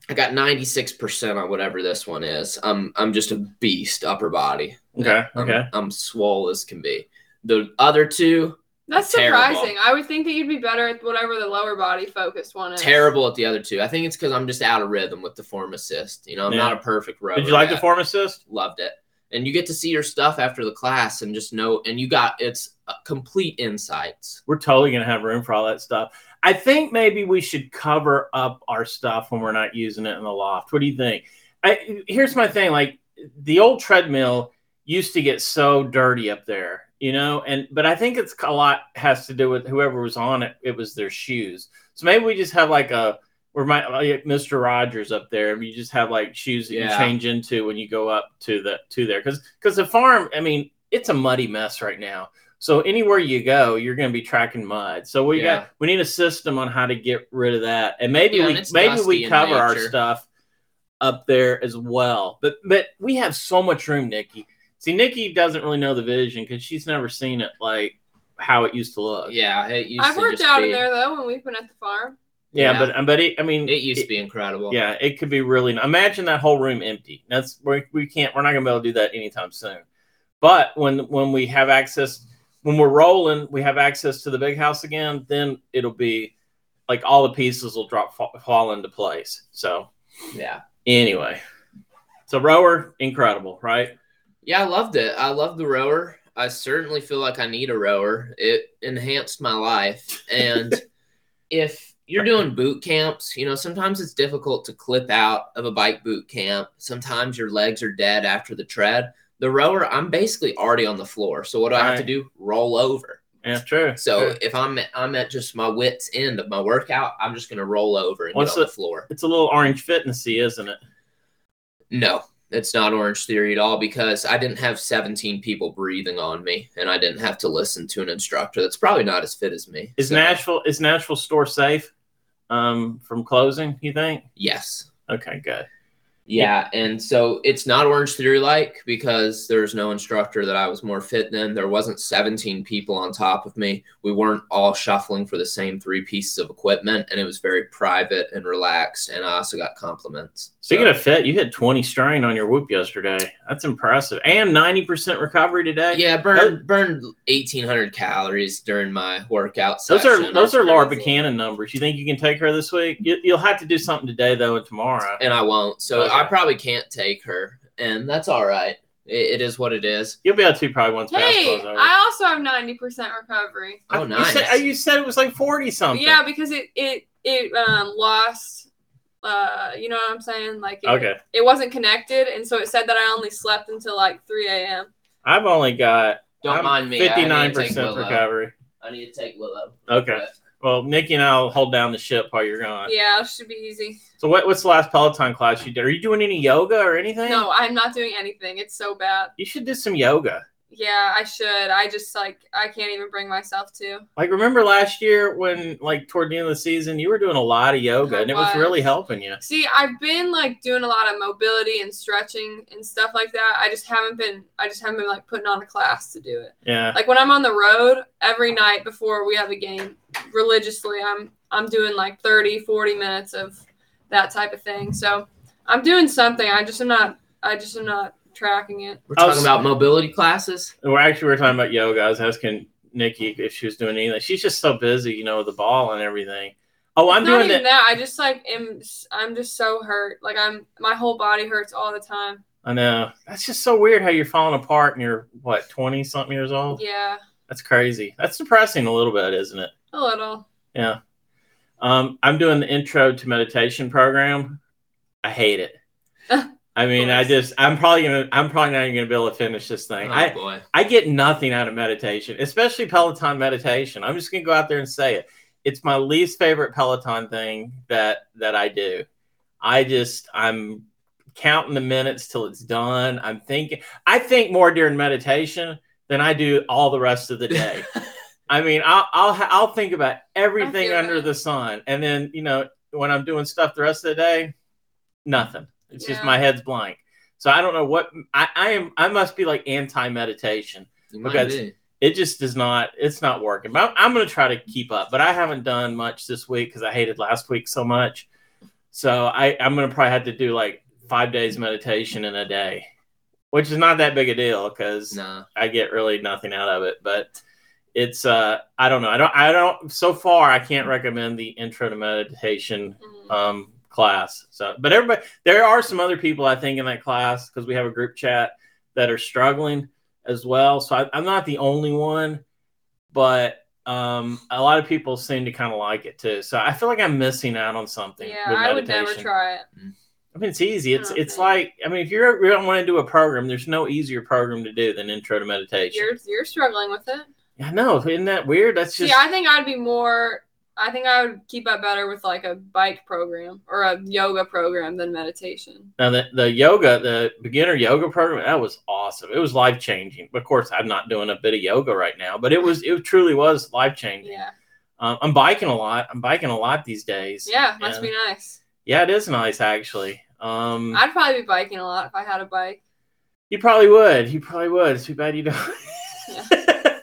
A: I got 96% on whatever this one is. I'm I'm just a beast upper body.
C: okay,
A: I'm,
C: okay.
A: I'm swole as can be. The other two,
B: That's
A: Terrible.
B: surprising. I would think that you'd be better at whatever the lower body focused one is.
A: terrible at the other two. I think it's because I'm just out of rhythm with the form assist. You know, I'm
C: Yeah.
A: not a perfect rower.
C: Did you like the
A: yet.
C: form assist?
A: Loved it. And you get to see your stuff after the class and just know, and you got it's uh, complete insights.
C: We're totally gonna have room for all that stuff. I think maybe we should cover up our stuff when we're not using it in the loft. What do you think? I here's my thing. Like the old treadmill used to get so dirty up there, you know, and but I think it's a lot has to do with whoever was on it. It was their shoes. So maybe we just have like a or my like Mr. Rogers up there, and you just have like shoes that
A: Yeah.
C: you change into when you go up to the to there, because because the farm, I mean, it's a muddy mess right now. So anywhere you go, you're going to be tracking mud. So we
A: Yeah.
C: got we need a system on how to get rid of that, and maybe
A: Yeah, and
C: we
A: it's
C: maybe
A: dusty
C: we
A: in
C: cover our
A: nature.
C: stuff up there as well. But but we have so much room, Nikki. See, Nikki doesn't really know the vision because she's never seen it like how it used to look.
A: Yeah, it used
B: I've
A: to
B: worked
A: just
B: out
A: be,
B: in there though when we've been at the farm.
C: Yeah,
A: Yeah.
C: but but it, I mean,
A: It used to be incredible.
C: Yeah, it could be really. Imagine that whole room empty. That's we we can't. We're not gonna be able to do that anytime soon. But when when we have access, when we're rolling, we have access to the big house again. Then it'll be like all the pieces will drop fall, fall into place. So
A: yeah,
C: anyway, so rower incredible, right?
A: yeah. I loved it. I loved the rower. I certainly feel like I need a rower. It enhanced my life. And if you're doing boot camps, you know, sometimes it's difficult to clip out of a bike boot camp. Sometimes your legs are dead after the tread. The rower, I'm basically already on the floor. So what do I have to
C: Right.
A: do? Roll over.
C: Yeah, true.
A: So
C: true.
A: if I'm at, I'm at just my wits end of my workout, I'm just gonna roll over and
C: What's
A: get on
C: the-
A: the floor.
C: it's a little orange fitnessy, isn't it?
A: No, it's not Orange Theory at all because I didn't have 17 people breathing on me, and I didn't have to listen to an instructor that's probably not as fit as me.
C: Is
A: So,
C: Nashville is Nashville store safe um, from closing? You think?
A: Yes.
C: Okay, good.
A: Yeah, and so it's not Orange Theory like because there was no instructor that I was more fit than. There wasn't 17 people on top of me. We weren't all shuffling for the same three pieces of equipment, and it was very private and relaxed. And I also got compliments. So-
C: Speaking of fit, you hit 20 strain on your whoop yesterday. That's impressive. And 90% recovery today.
A: Yeah, I burned burned eighteen hundred calories during my workout.
C: Those are
A: session.
C: those are Laura
B: crazy.
C: Buchanan numbers. You think you can take her this week? You, you'll have to do something today though and tomorrow.
A: and I won't. So
C: Okay.
A: I probably can't take her, and that's all right. It, it is what it is.
C: You'll be able to probably once
B: Hey,
C: basketball's over.
B: I also have ninety percent recovery.
A: Oh, nice.
C: You said, you said it was like 40 something.
B: Yeah, because it it it um lost. Uh, you know what I'm saying? Like it,
C: Okay.
B: it wasn't connected, and so it said that I only slept until like 3 a.m.
C: I've only got
A: Don't
C: I'm
A: mind me. I need to take
C: 59%
A: Willow.
C: recovery.
A: I need to take Willow.
C: Okay. Well, Nikki and I'll hold down the ship while you're gone.
B: Yeah, it should be easy.
C: So what, what's the last Peloton class you did? Are you doing any yoga or anything?
B: No, I'm not doing anything. It's so bad.
C: You should do some yoga.
B: Yeah, I should. I just like I can't even bring myself to.
C: Like remember last year when like toward the end of the season you were doing a lot of yoga
B: I
C: and it was
B: was.
C: really helping you.
B: See, I've been like doing a lot of mobility and stretching and stuff like that. I just haven't been I just haven't been like putting on a class to do it.
C: Yeah.
B: Like when I'm on the road every night before we have a game, religiously I'm I'm doing like 30, 40 minutes of that type of thing. So, I'm doing something. I just am not I just am not tracking it.
A: We're
C: Oh,
A: talking
C: so-
A: about mobility classes.
C: We're actually we were talking about yoga. I was asking Nikki if she was doing anything. She's just so busy, you know, with the ball and everything. Oh, I'm
B: It's not
C: doing
B: even
C: that.
B: that. I just like am I'm just so hurt. Like I'm my whole body hurts all the time.
C: I know. That's just so weird how you're falling apart and you're what, twenty something years old?
B: Yeah,
C: That's crazy. That's depressing a little bit, isn't it?
B: a little.
C: Yeah. Um, I'm doing the intro to meditation program. I hate it. I mean, I
B: Nice.
C: just I'm probably gonna I'm probably not even gonna be able to finish this thing.
A: oh
C: I
A: boy.
C: I get nothing out of meditation, especially Peloton meditation. I'm just gonna go out there and say it. It's my least favorite Peloton thing that that I do. I just I'm counting the minutes till it's done. I'm thinking I think more during meditation than I do all the rest of the day. I mean, I'll I'll, ha- I'll think about everything
B: feel
C: under
B: that.
C: the sun, and then you know when I'm doing stuff the rest of the day, nothing. It's just
B: Yeah.
C: my head's blank. So I don't know what I, I am. I must be like anti meditation.
A: You might
C: Okay.
A: be.
C: It just does not. It's not working. But I'm, I'm going to try to keep up. But I haven't done much this week because I hated last week so much. So I I'm going to probably have to do like five days meditation in a day, which is not that big a deal because
A: Nah.
C: I get really nothing out of it. But it's uh I don't know. I don't I don't. So far I can't recommend the intro to meditation
B: Mm.
C: um, class. So, but everybody, there are some other people I think in that class because we have a group chat that are struggling as well. So I, I'm not the only one, but um, a lot of people seem to kind of like it too. So I feel like I'm missing out on something.
B: Yeah,
C: with
B: I would never
C: meditation.
B: try Oh, it.
C: I mean, it's easy. It's
B: I don't
C: it's
B: think-
C: like I mean, if you're you don't want to do a program, there's no easier program to do than Intro to Meditation.
B: You're you're struggling with it.
C: I know, isn't that weird? That's just
B: See, I think I'd be more. I think I would keep up better with like a bike program or a yoga program than meditation.
C: Now the, the yoga, the beginner yoga program, that was awesome. It was life changing. Of course, I'm not doing a bit of yoga right now, but it was it truly was life changing.
B: Yeah,
C: Um, I'm biking a lot. I'm biking a lot these days.
B: yeah, must
C: And-
B: be nice.
C: Yeah, it is nice actually. Um,
B: I'd probably be biking a lot if I had a bike,
C: you probably would. You probably would. It's too bad you don't.
B: Yeah.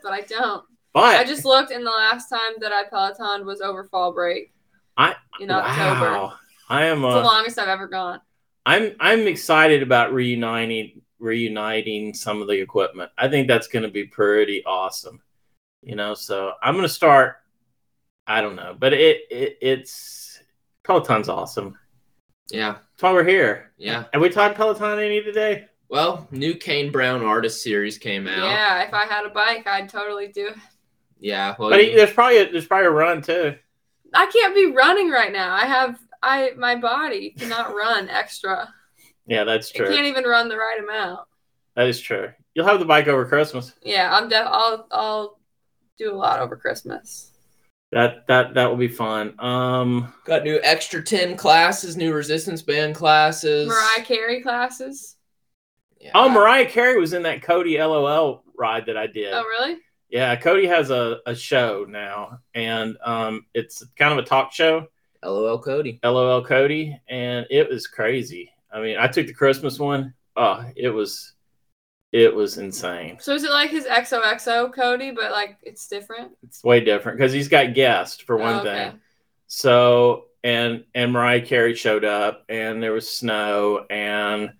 B: but I don't.
C: but
B: I just looked, and the last time that I Peloton was over fall break.
C: I-
B: in October.
C: wow, I am.
B: It's the
C: Uh,
B: longest I've ever gone.
C: I'm I'm excited about reuniting reuniting some of the equipment. I think that's going to be pretty awesome. You know, so I'm going to start. I don't know, but it, it it's Peloton's awesome.
A: Yeah.
C: That's why we're here.
A: Yeah.
C: Have we talked Peloton any today?
A: Well, new Kane Brown artist series came out. Yeah.
B: Yeah, if I had a bike, I'd totally do it.
A: well,
C: But he,
A: you-
C: there's probably a, there's probably a run too.
B: I can't be running right now. I have I my body cannot run extra.
C: Yeah, that's
B: It
C: true.
B: can't even run the right amount.
C: That is true. You'll have the bike over Christmas.
B: Yeah, I'm def- I'll I'll do a lot over Christmas.
C: That that that will be fun. Um,
A: got new extra ten classes, new resistance band classes.
B: Mariah Carey classes.
A: Yeah.
C: oh, Mariah Carey was in that Cody LOL ride that I did.
B: Oh really?
C: Yeah, Cody has a, a show now, and um, it's kind of a talk show,
A: LOL, Cody.
C: LOL Cody, and it was crazy. I mean, I took the Christmas one. Oh, it was it was insane.
B: So is it like his XOXO Cody, but like it's different?
C: It's way different because he's got guests for one
B: Oh, okay.
C: thing. So and and Mariah Carey showed up, and there was snow, and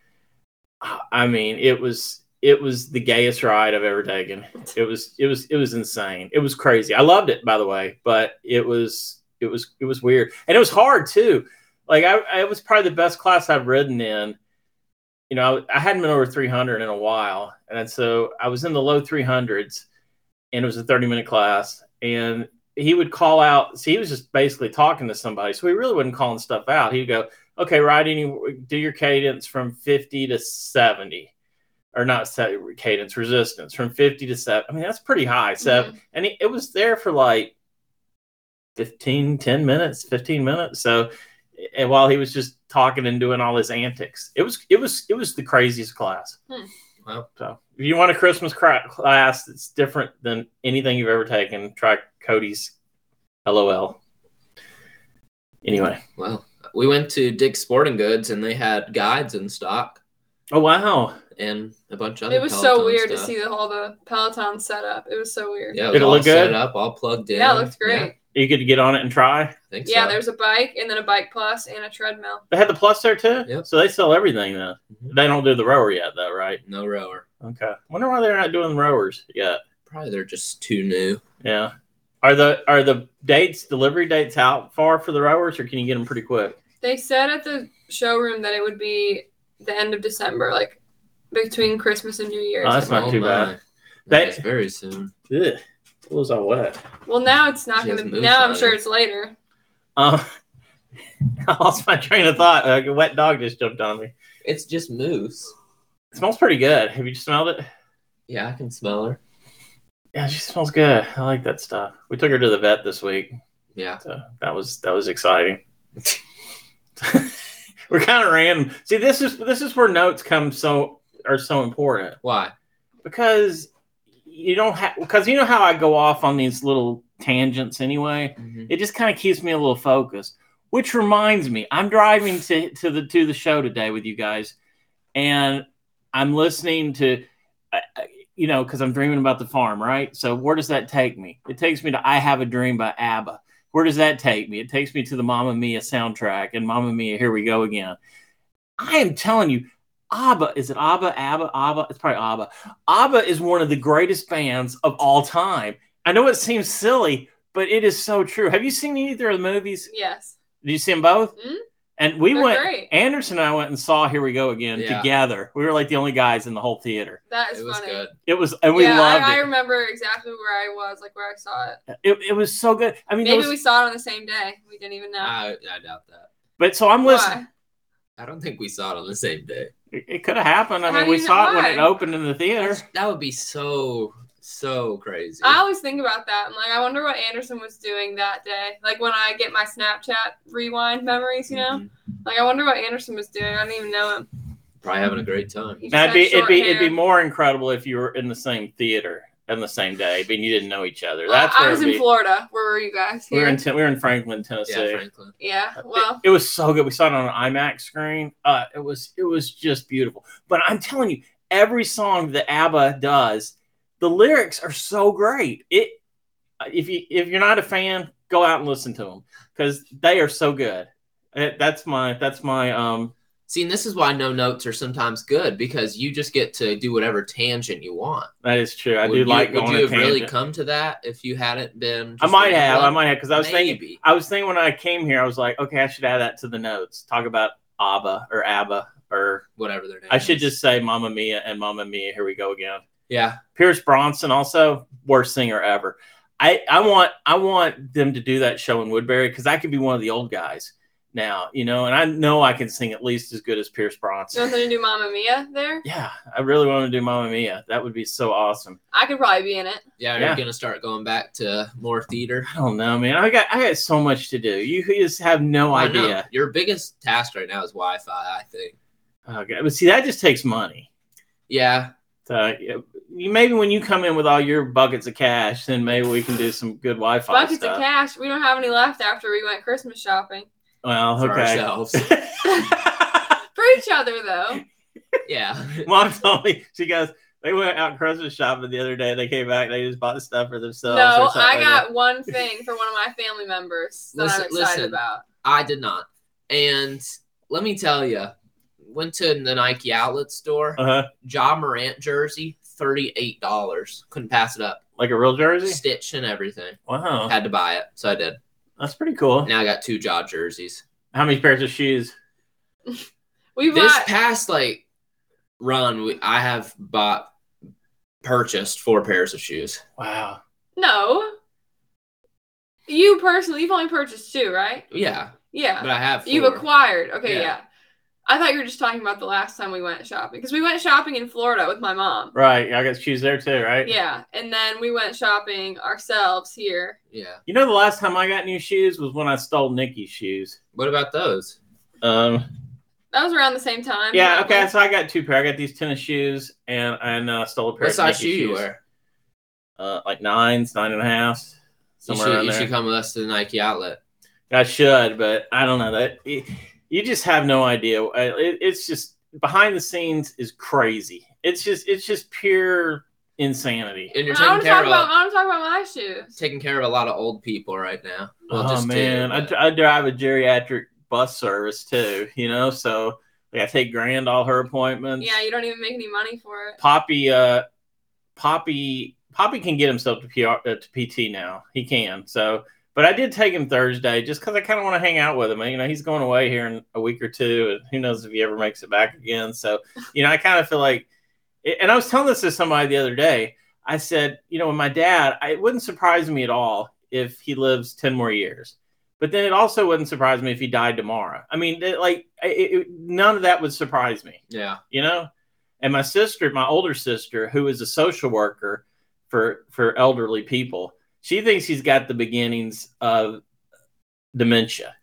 C: I mean, it was it was the gayest ride I've ever taken. It was it was it was insane. It was crazy. I loved it, by the way, but it was it was it was weird, and it was hard too. Like I, I it was probably the best class I've ridden in. You know, I, I hadn't been over 300 in a while, and so I was in the low 300s, and it was a 30 minute class, and he would call out. See, he was just basically talking to somebody, so he really wasn't calling stuff out. He'd go, "Okay, ride any, do your cadence from 50 to 70." Or not se- cadence resistance from 50 to 7. I mean, that's pretty high. 7 and it, it was there for like 15 10 minutes 15 minutes so and while he was just talking and doing all his antics it was it was it was the craziest class
B: Hmm.
A: Wow.
C: so if you want a christmas cra- class that's different than anything you've ever taken try cody's lol anyway
A: Well, we went to Dick's Sporting Goods and they had guides in stock
C: oh wow
A: and a bunch of other.
B: It was so
A: Peloton
B: weird
A: stuff.
B: to see the, all the Peloton setup. It was so weird.
A: Yeah, it
C: Did
A: was
C: it
A: all
C: look good?
A: set up, all plugged in.
B: Yeah, it looked
A: Yeah,
B: great.
C: you could get on it and try
A: I think
B: Yeah,
A: so.
B: there's a bike and then a bike plus and a treadmill.
C: they had the plus there too
A: Yep.
C: so they sell everything then
A: Mhm.
C: they don't do the rower yet though right
A: no rower.
C: okay wonder why they're not doing rowers yet
A: Probably they're just too new.
C: Yeah. Are the are the dates delivery dates out far for the rowers, or can you get them pretty quick?
B: They said at the showroom that it would be the end of December, like between Christmas and New Year's.
C: Oh, that's not
A: Oh
C: too
A: my.
C: bad. They-
A: That's very soon.
C: Ugh, what was I wet?
B: well, now it's not
A: She
B: going to.
A: hasn't moved
B: Now I'm
A: on
B: sure
A: it.
B: it's later.
C: Um, I lost my train of thought. Like a wet dog just jumped on me.
A: It's just moose.
C: It smells pretty good. Have you smelled it?
A: Yeah, I can smell her.
C: Yeah, she smells good. I like that stuff. We took her to the vet this week,
A: Yeah.
C: so that was that was exciting. We're kind of random. See, this is this is where notes come so are so important.
A: Why?
C: because you don't have because you know how I go off on these little tangents anyway.
A: Mm-hmm.
C: It just kind of keeps me a little focused. Which reminds me, I'm driving to to the to the show today with you guys, and I'm listening to. I- I- You know, because I'm dreaming about the farm, right? So, where does that take me? It takes me to I Have a Dream by ABBA. Where does that take me? It takes me to the Mamma Mia soundtrack and Mamma Mia, here we go again. I am telling you, ABBA, is it ABBA, ABBA, ABBA? It's probably ABBA. ABBA is one of the greatest bands of all time. I know it seems silly, but it is so true. Have you seen either of the movies?
B: Yes.
C: Did you see them both?
B: Mhm.
C: And we
B: They're
C: went,
B: great.
C: Anderson and I went and saw Here We Go Again
A: Yeah.
C: together. We were like the only guys in the whole theater.
B: That is
A: It was
B: funny.
A: good.
C: It was, and we
B: yeah,
C: loved
B: I, I
C: it.
B: remember exactly where I was, like where I saw it.
C: it. It was so good. I mean, there
B: Maybe
C: was,
B: we saw it on the same day. We didn't even know.
A: I, I doubt that.
C: but so I'm listening.
B: Why?
A: I don't think we saw it on the same day.
C: It, it could have happened. I
B: How
C: mean,
B: do
C: we
B: you
C: saw
B: know
C: it when it
B: why?
C: opened in the theater.
A: That would be so so crazy.
B: I always think about that. I'm like, I wonder what Anderson was doing that day. Like when I get my Snapchat rewind memories, you know.
A: Mhm.
B: Like I wonder what Anderson was doing. I don't even know him.
A: Probably having a great time.
B: He just
C: Now, it'd
B: had
C: be it'd
B: short
C: be
B: hair.
C: it'd be more incredible if you were in the same theater on the same day, but you didn't know each other.
B: Well,
C: That's
B: I
C: where
B: was
C: it'd
B: in
C: be.
B: Florida. Where were you guys?
C: We
B: Here?
C: were in Ten- we were in Franklin, Tennessee.
A: Yeah, Franklin.
B: yeah.
C: Uh,
B: Well,
C: it, it was so good. We saw it on an IMAX screen. Uh, it was it was just beautiful. But I'm telling you, every song that ABBA does, the lyrics are so great. It uh, if you if you're not a fan, go out and listen to them because they are so good. That- That's my that's my um
A: See, and this is why no notes are sometimes good because you just get to do whatever tangent you want.
C: that is true. I
A: would
C: do
A: you,
C: like
A: Would
C: going
A: you
C: on a
A: have really
C: tangent.
A: come to that if you hadn't been?
C: I
A: just
C: might
A: like,
C: have. I
A: well,
C: might have because I was thinking
A: maybe.
C: I was thinking when I came here, I was like, okay, I should add that to the notes. Talk about ABBA or ABBA or
A: whatever their name.
C: I should
A: is.
C: just say Mamma Mia and Mamma Mia. Here we go again.
A: yeah.
C: Pierce Bronson also worst singer ever. I, I want I want them to do that show in Woodbury because I could be one of the old guys now, you know, and I know I can sing at least as good as Pierce
B: You want
C: Bronson.
B: them to do Mamma Mia there?
C: yeah, I really want to do Mamma Mia. That would be so awesome.
B: I could probably be in it.
A: Yeah,
C: Yeah.
A: you're gonna start going back to more theater.
C: I don't know, man. I got I got so much to do. You just have no
A: I know.
C: idea.
A: Your biggest task right now is Wi-Fi, I think.
C: Okay, Oh, but see, that just takes money.
A: Yeah,
C: So you, maybe when you come in with all your buckets of cash, then maybe we can do some good Wi-Fi
B: Buckets
C: stuff.
B: of cash. We don't have any left after we went Christmas shopping.
C: Well,
A: for
C: okay.
A: ourselves.
B: For each other, though.
A: yeah,
C: Mom told me she goes, they went out Christmas shopping the other day. They came back. They just bought stuff for themselves.
B: no,
C: or something
B: I
C: like
B: got one thing for one of my family members that
A: Listen-
B: I'm excited
A: listen.
B: about.
A: I did not. And let me tell you, went to the Nike outlet store.
C: that. Uh-huh.
A: Ja Morant jersey, thirty eight dollars. Couldn't pass it up.
C: Like a real jersey.
A: Stitched and everything.
C: Wow,
A: Had to buy it, so I did.
C: that's pretty cool.
A: Now I got two Ja jerseys.
C: How many pairs of shoes?
B: We
A: this
B: bought.
A: past like run, we, I have bought purchased four pairs of shoes.
C: Wow.
B: no. You personally, you've only purchased two, right?
A: Yeah,
B: Yeah.
A: but I have. Four.
B: You've acquired. Okay,
A: Yeah.
B: yeah. I thought you were just talking about the last time we went shopping because we went shopping in Florida with my mom.
C: Right. I got shoes there too. Right.
B: Yeah, and then we went shopping ourselves here.
A: Yeah.
C: You know, the last time I got new shoes was when I stole Nikki's shoes.
A: What about those?
C: Um.
B: That was around the same time.
C: Yeah.
B: probably.
C: Okay. So I got two pair. I got these tennis shoes, and and uh, stole a pair.
A: What
C: of
A: size shoe
C: Nikki's
A: you
C: shoes.
A: wear?
C: Uh, like nines, nine and a half,
A: You
C: somewhere
A: should,
C: around
A: you
C: there.
A: should come with us to the Nike outlet.
C: I should, but I don't know that. It, you just have no idea. I- It, it's just behind the scenes is crazy. It's just it's just pure insanity.
A: And you're
B: I
A: taking
B: want to talk
A: care of
B: about.
A: a,
B: I want to talk about my shoes.
A: taking care of a lot of old people right now. Well,
C: oh
A: just two,
C: man, I,
A: but-
C: dr- I drive a geriatric bus service too. You know, so like I take Grand all her
A: Um,
C: appointments.
B: Yeah, you don't even make any money for it.
C: Poppy, uh, Poppy, Poppy can get himself to PR uh, to PT now. He can. So, but I did take him Thursday just because I kind of want to hang out with him. You know, he's going away here in a week or two, and who knows if he ever makes it back again. So, you know, I kind of feel like, and I was telling this to somebody the other day. I said, you know, with my dad, I, it wouldn't surprise me at all if he lives ten more years. But then it also wouldn't surprise me if he died tomorrow. I mean, it, like, it, it, none of that would surprise me
A: yeah.
C: you know and my sister my older sister who is a social worker for for elderly people she thinks he's got the beginnings of dementia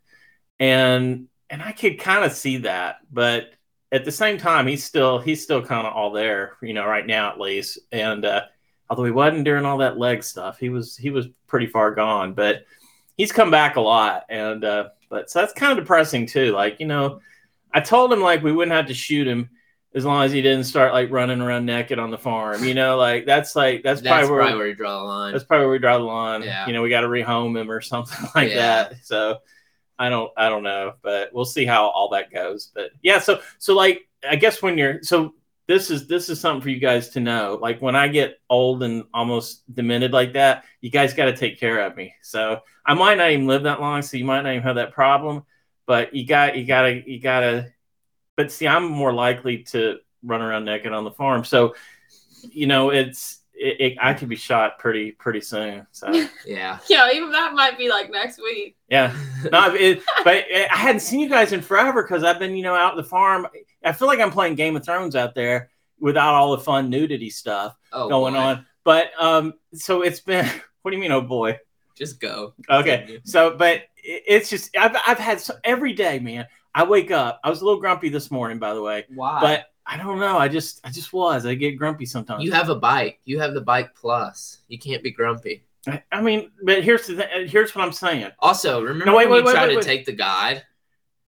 C: and and i could kind of see that but at the same time he's still he's still kind of all there you know right now at least and uh although he wasn't doing all that leg stuff he was he was pretty far gone but he's come back a lot and uh but so that's kind of depressing too like you know i told him like we wouldn't have to shoot him as long as he didn't start like running around naked on the farm you know like that's like that's,
A: That's, probably,
C: probably where
A: where you draw the line.
C: that's probably where we draw the line.
A: Yeah.
C: You know, we got to rehome him or something like
A: Yeah.
C: that. So I don't, I don't know, but we'll see how all that goes. But yeah, so so like I guess when you're so this is this is something for you guys to know. Like when I get old and almost demented like that, you guys got to take care of me. So I might not even live that long, so you might not even have that problem. But you got, you gotta, you gotta. But see, I'm more likely to run around naked on the farm, so you know it's it, it, I could be shot pretty pretty soon. So
A: yeah. Oh,
B: Yeah, even that might be like next week.
C: yeah, no, it, but it, I hadn't seen you guys in forever because I've been you know out at the farm. I feel like I'm playing Game of Thrones out there without all the fun nudity stuff
A: oh,
C: going
A: boy.
C: on. But um, so it's been. What do you mean, oh boy?
A: Just go.
C: Okay, so but it- it's just I've I've had so, every day, man. I wake up. I was a little grumpy this morning, by the way,
A: Why?
C: but I don't know. I just I just was. I get grumpy sometimes.
A: you have a bike. You have the bike plus. You can't be grumpy.
C: I, I mean, but here's the th- here's what I'm saying.
A: Also, remember
C: No, wait,
A: when
C: wait,
A: you
C: wait,
A: tried
C: wait,
A: to
C: wait.
A: take the guide?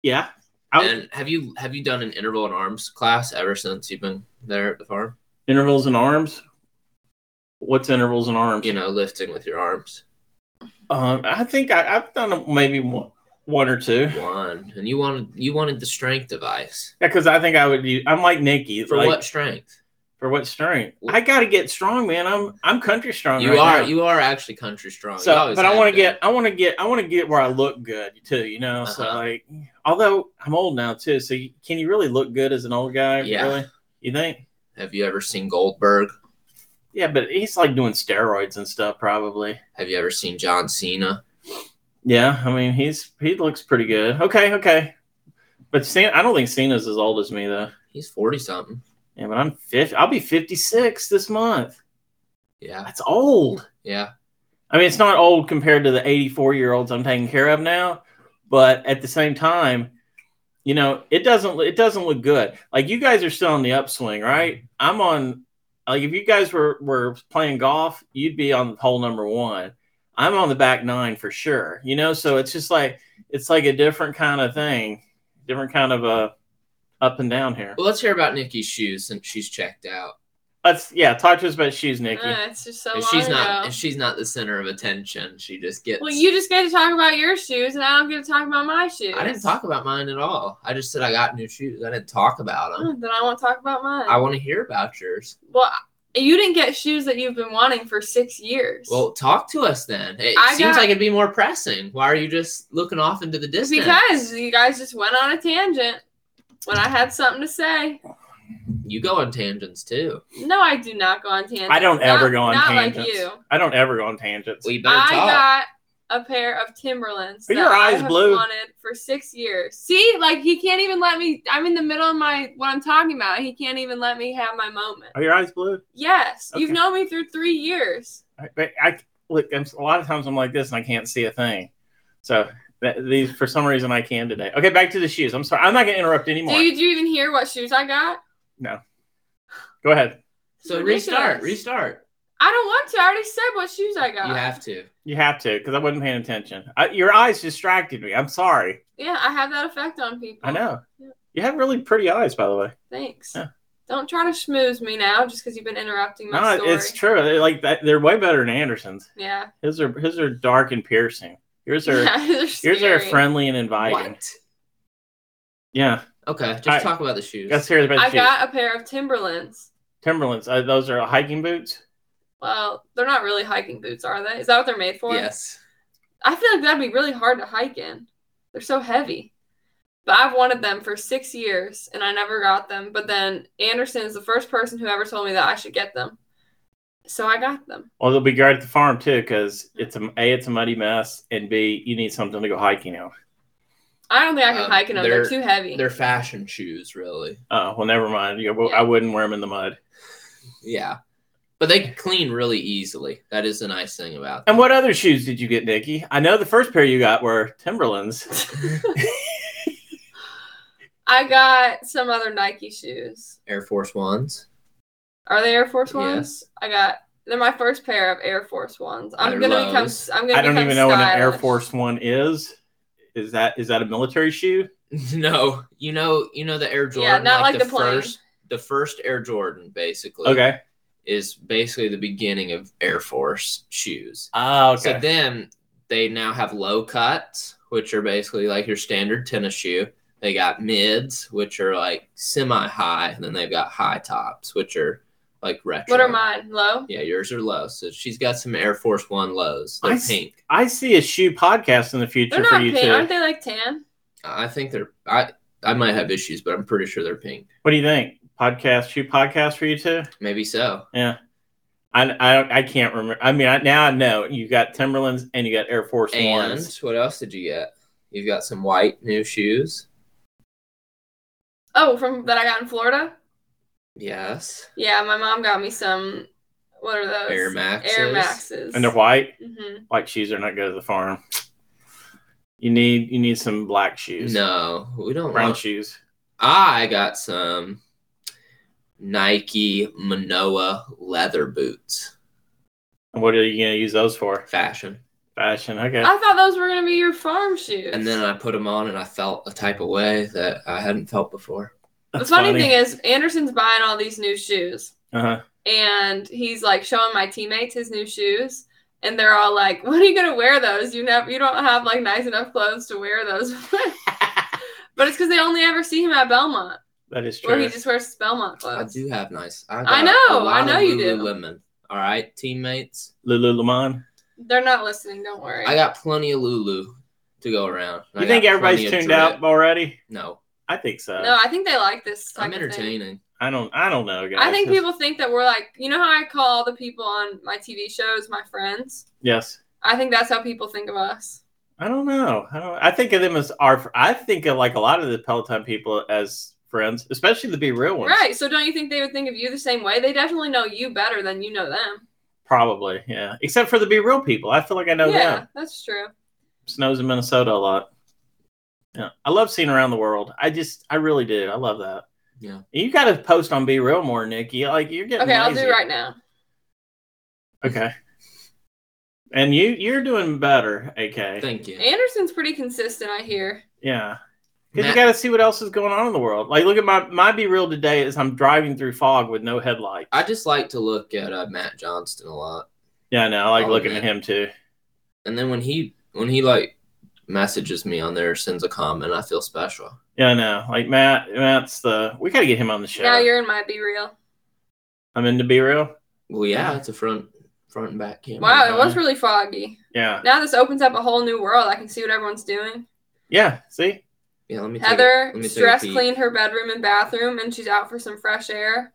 C: Yeah, I was,
A: and have you have you done an interval and arms class ever since you've been there at the farm?
C: intervals and arms. What's intervals and arms?
A: You know, lifting with your arms.
C: Um, I think I, I've done maybe one, one or two.
A: One. And you wanted you wanted the strength device.
C: Yeah, because I think I would. Use, I'm like Nikki
A: For
C: like,
A: what strength?
C: or what's stirring. I got to get strong, man. I'm I'm country strong.
A: You
C: right
A: are
C: now.
A: you are actually country strong. You
C: So,
A: always
C: but I
A: have
C: want to
A: been.
C: get, I want to get, I want to get where I look good too, you know. So,
A: Uh-huh.
C: like, although I'm old now too, so you, can you really look good as an old guy?
A: Yeah.
C: Really? You think?
A: Have you ever seen Goldberg?
C: Yeah, but he's like doing steroids and stuff, probably.
A: Have you ever seen John Cena?
C: Yeah, I mean, he's he looks pretty good. Okay, okay. But Cena, I don't think Cena's as old as me though.
A: He's forty something.
C: Yeah, but I'm 50. I'll be 56 this month.
A: Yeah,
C: That's old.
A: yeah.
C: I mean, it's not old compared to the 84 year olds I'm taking care of now, but at the same time, you know, it doesn't it doesn't look good. Like you guys are still on the upswing, right? I'm on. Like if you guys were were playing golf, you'd be on hole number one. I'm on the back nine for sure. You know, so it's just like it's like a different kind of thing, different kind of uh up and down here.
A: Well, let's hear about Nikki's shoes since she's checked out.
C: Let's yeah, talk to us about shoes, Nikki.
B: Uh, it's just so long
A: If she's
B: ago.
A: not, if she's not the center of attention, she just gets.
B: well, you just get to talk about your shoes, and I don't get to talk about my shoes.
A: I didn't talk about mine at all. I just said I got new shoes. I didn't talk about them.
B: Oh, Then I won't talk about mine.
A: I want to hear about yours.
B: well, you didn't get shoes that you've been wanting for six years.
A: Well, talk to us then. It
B: I
A: seems
B: got-
A: like it'd be more pressing. Why are you just looking off into the distance?
B: because you guys just went on a tangent when I had something to say.
A: you go on tangents too.
B: No, I do not go on tangents.
C: I don't ever go on
B: not
C: tangents.
B: Not like you.
C: I don't ever go on tangents.
A: We better talk.
B: I got a pair of Timberlands
C: Are
B: that
C: your eyes
B: I have
C: blue?
B: wanted for six years. See, like he can't even let me. I'm in the middle of my what I'm talking about. He can't even let me have my moment.
C: Are your eyes blue?
B: Yes, you've
C: Okay.
B: known me through three years.
C: I, I- I look. I'm, a lot of times I'm like this and I can't see a thing. So that, these for some reason I can today. Okay, back to the shoes. I'm sorry. I'm not gonna interrupt anymore.
B: Did you even hear what shoes I got?
C: Go ahead.
A: So
B: Ridiculous.
A: restart, restart.
B: I don't want to. I already said what shoes I got.
A: You have to.
C: You have to because I wasn't paying attention. I, your eyes distracted me. I'm sorry.
B: Yeah, I have that effect on people.
C: I know.
B: Yeah.
C: You have really pretty eyes, by the way.
B: Thanks.
C: Yeah.
B: Don't try to schmooze me now just because you've been interrupting my
C: No,
B: story.
C: it's true. They're like that. They're way better than Anderson's.
B: yeah.
C: His are his are dark and piercing. Yours are
B: Yeah, they're
C: yours are
B: scary.
C: friendly and inviting.
A: What?
C: Yeah,
A: Okay, just
C: All right.
A: talk about the shoes.
C: let's hear about the
B: I
C: shoes.
B: got a pair of Timberlands.
C: Timberlands. Uh, those are hiking boots.
B: Well, they're not really hiking boots, are they? Is that what they're made for?
A: yes.
B: I feel like that'd be really hard to hike in. They're so heavy. But I've wanted them for six years and I never got them. But then Anderson is the first person who ever told me that I should get them. So I got them.
C: Well, they'll be great at the farm too, because it's a a it's a muddy mess, and b you need something to go hiking on.
B: I don't think I can
A: Um,
B: hike in them. They're,
A: they're-
B: too heavy.
A: They're fashion shoes, really.
C: Oh well, never mind. You- I wouldn't wear them in the mud.
A: Yeah. But they clean really easily. That is the nice thing about
C: And what other shoes did you get, Nikki? I know the first pair you got were Timberlands.
B: I got some other Nike shoes.
A: Air Force Ones.
B: Are they Air Force Ones? I got. They're my first pair of Air Force Ones. I'm
A: They're
B: gonna
A: lows.
B: become. I'm gonna.
C: I don't
B: become
C: even know what an Air
B: stylish.
C: Force One is. Is that is that a military shoe?
A: No, you know, you know the Air Jordan.
B: Yeah, not like the plane.
A: first, the first Air Jordan, basically.
C: Okay.
A: is basically the beginning of Air Force shoes.
C: Oh, okay.
A: So then they now have low cuts, which are basically like your standard tennis shoe. They got mids, which are like semi high, and then they've got high tops, which are like retro.
B: What are mine? Low.
A: Yeah, yours are low. So she's got some Air Force One lows.
C: I
A: They're
C: s-
A: pink.
C: I see a shoe podcast in the
B: They're
C: future
B: not
C: for you
B: pink.
C: too.
B: Aren't they like tan?
A: I think they're. I I might have issues, but I'm pretty sure they're pink.
C: What do you think? Podcast shoe podcast for you too?
A: Maybe so.
C: I I, I can't remember. I mean, I, now I know you got Timberlands and you got Air Force
A: And
C: Ones.
A: what else did you get? You've got some white new shoes.
B: Oh, from that I got in Florida.
A: Yes.
B: Yeah, my mom got me some. What are those?
A: Air Maxes.
B: Air Maxes.
C: And they're white.
B: hmm
C: White shoes are not good at the farm. You need you need some black shoes.
A: No, we don't
C: brown
A: want
C: shoes.
A: I got some Nike Manoa leather boots.
C: And what are you gonna use those for?
A: Fashion.
C: Fashion. Okay.
B: I thought those were gonna be your farm shoes.
A: And then uh, I put them on and I felt a type of way that I hadn't felt before.
B: the funny, thing is, Anderson's buying all these new shoes.
C: uh-huh.
B: and he's like showing my teammates his new shoes and they're all like when are you gonna wear those you never you don't have like nice enough clothes to wear those with." but it's because they only ever see him at belmont
C: That is
B: Or he
C: true.
B: just wears his Belmont
A: I
B: clothes.
A: do have nice.
B: I
A: got
B: know,
A: a lot
B: I know
A: of
B: you do.
A: Lululemon. All right, teammates.
C: Lululemon.
B: They're not listening. Don't worry.
A: I got plenty of Lulu to go around. and I
C: You think
A: got
C: everybody's
A: plenty of
C: tuned
A: Drip.
C: out already?
A: No,
C: I think so.
B: no, I think they like this. Type
A: uh, I'm
B: of thing.
A: entertaining.
C: I don't. I don't know, guys.
B: I think
C: 'cause-
B: people think that we're like, you know how I call all the people on my TV shows my friends?
C: Yes.
B: I think that's how people think of us.
C: I don't know. I don't. I think of them as our. I think of like a lot of the Peloton people as friends, especially the be real ones.
B: Right. So don't you think they would think of you the same way? They definitely know you better than you know them.
C: Probably. Yeah. Except for the be real people, I feel like I know
B: yeah,
C: them.
B: that's true.
C: Snows in Minnesota a lot. Yeah, I love seeing around the world. I just, I really do. I love that.
A: Yeah.
C: You got to post on Be Real more, Nikki. Like you're getting.
B: Okay, I'll do
C: lazy.
B: right now.
C: Okay. And you, you're doing better, AK.
A: Thank you.
B: Anderson's pretty consistent, I hear.
C: Yeah. Because you
A: Matt-
C: got to see what else is going on in the world. Like, look at my my be real today is I'm driving through fog with no headlights.
A: I just like to look at uh, Matt Johnston a lot,
C: yeah, I know. I like
A: Oh,
C: looking
A: man.
C: at him too.
A: and then when he when he like messages me on there, or sends a comment, I feel special.
C: Yeah, I know. Like Matt, Matt's the. We got to get him on the show.
B: Now you're in my Be Real.
C: I'm into be real.
A: Well, yeah,
C: Yeah.
A: it's a front front and back camera.
B: Wow, it was
C: God.
B: really foggy.
C: Yeah,
B: Now this opens up a whole new world. I can see what everyone's doing.
C: yeah. See,
A: Yeah, let me. take a-
B: Heather
A: let me take a
B: stress
A: peek.
B: cleaned her bedroom and bathroom, and she's out for some fresh air.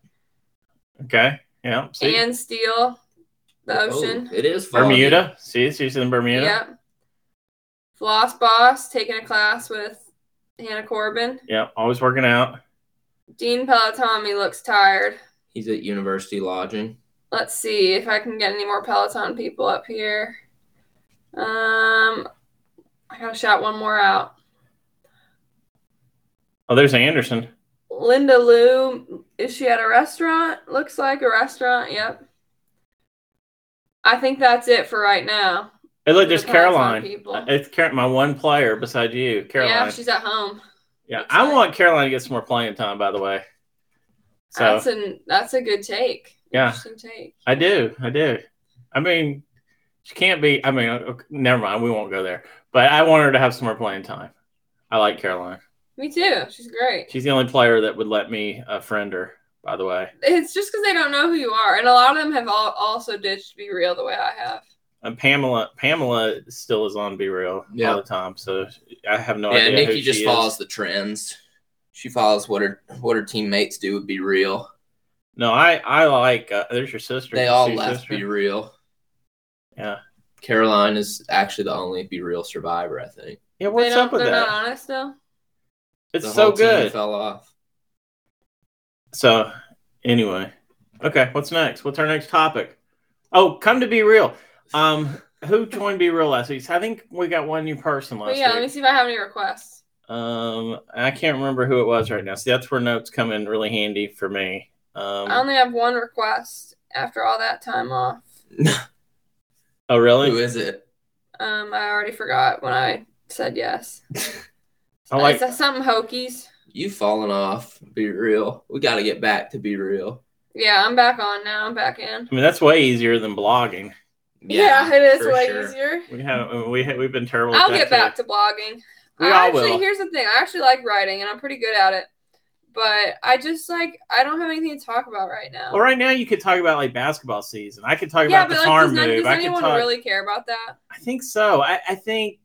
C: okay, yeah. See,
B: And Steele, the
A: Oh,
B: ocean.
A: it is foggy.
C: Bermuda. See, she's in Bermuda.
B: Yep. Floss Boss taking a class with Hannah Corbin.
C: Yeah, always working out.
B: Dean Pelotami looks tired.
A: He's at university lodging.
B: Let's see if I can get any more Peloton people up here. Um, I gotta shout one more out.
C: Oh, there's Anderson.
B: Linda Lou, is she at a restaurant? Looks like a restaurant. Yep. I think that's it for right now.
C: Hey, look,
B: The
C: there's
B: Peloton
C: Caroline.
B: people.
C: Uh, It's Car- my one player beside you, Caroline.
B: Yeah,
C: Yeah,
B: she's at home.
C: I want Caroline to get some more playing time. By the way, so
B: that's an that's a good take.
C: Yeah.
B: Interesting take.
C: I do. I do. I mean, she can't be. I mean, okay, never mind. We won't go there. But I want her to have some more playing time. I like Caroline.
B: Me too. She's great.
C: She's the only player that would let me uh, friend her. By the way,
B: It's just because they don't know who you are, and a lot of them have all also ditched Be Real the way I have.
C: and Pamela. Pamela still is on Be Real
A: Yeah.
C: all the time, so I have no
A: yeah,
C: idea. Oh, who
A: Nikki
C: she
A: just
C: is.
A: follows the trends. She follows what her what her teammates do would be real.
C: No, I I like. Uh, there's your sister.
A: They all
C: Your
A: left
C: sister.
A: be real.
C: Yeah.
A: Caroline is actually the only be real survivor, I think.
C: Yeah,
B: they
C: what's
B: don't,
C: up with
B: they're
C: that?
B: not honest though.
A: The
C: It's so
A: whole team
C: good.
A: Fell off.
C: So, anyway, okay. What's next? What's our next topic? Oh, come to be real. Um, who joined Be Real last week? So I think we got one new person
B: But
C: last
B: yeah, let me
C: week.
B: see if I have any requests.
C: Um, I can't remember who it was right now. See, that's where notes come in really handy for me. Um,
B: I only have one request after all that time off.
C: oh
A: Who
C: really?
A: is it?
B: Um, I already forgot when I said yes.
C: I like.
B: It's something Hokies.
A: You've fallen off. Be real. We got to get back to be real.
B: Yeah, I'm back on now. I'm back in.
C: I mean, that's way easier than blogging.
B: Yeah, it is
A: for
B: way
A: sure.
B: easier.
C: We have we have, we've been terrible. at
B: I'll
C: that
B: get
C: too.
B: back to blogging.
C: We
B: I
C: all
B: actually,
C: will.
B: Here's the thing: I actually like writing, and I'm pretty good at it. But I just like I don't have anything to talk about right now.
C: Well, right now you could talk about like basketball season. I could talk
B: yeah,
C: about
B: but
C: the
B: like,
C: farm
B: does, none-
C: move.
B: does
C: I could
B: anyone
C: talk.
B: really care about that?
C: I think so. I, I think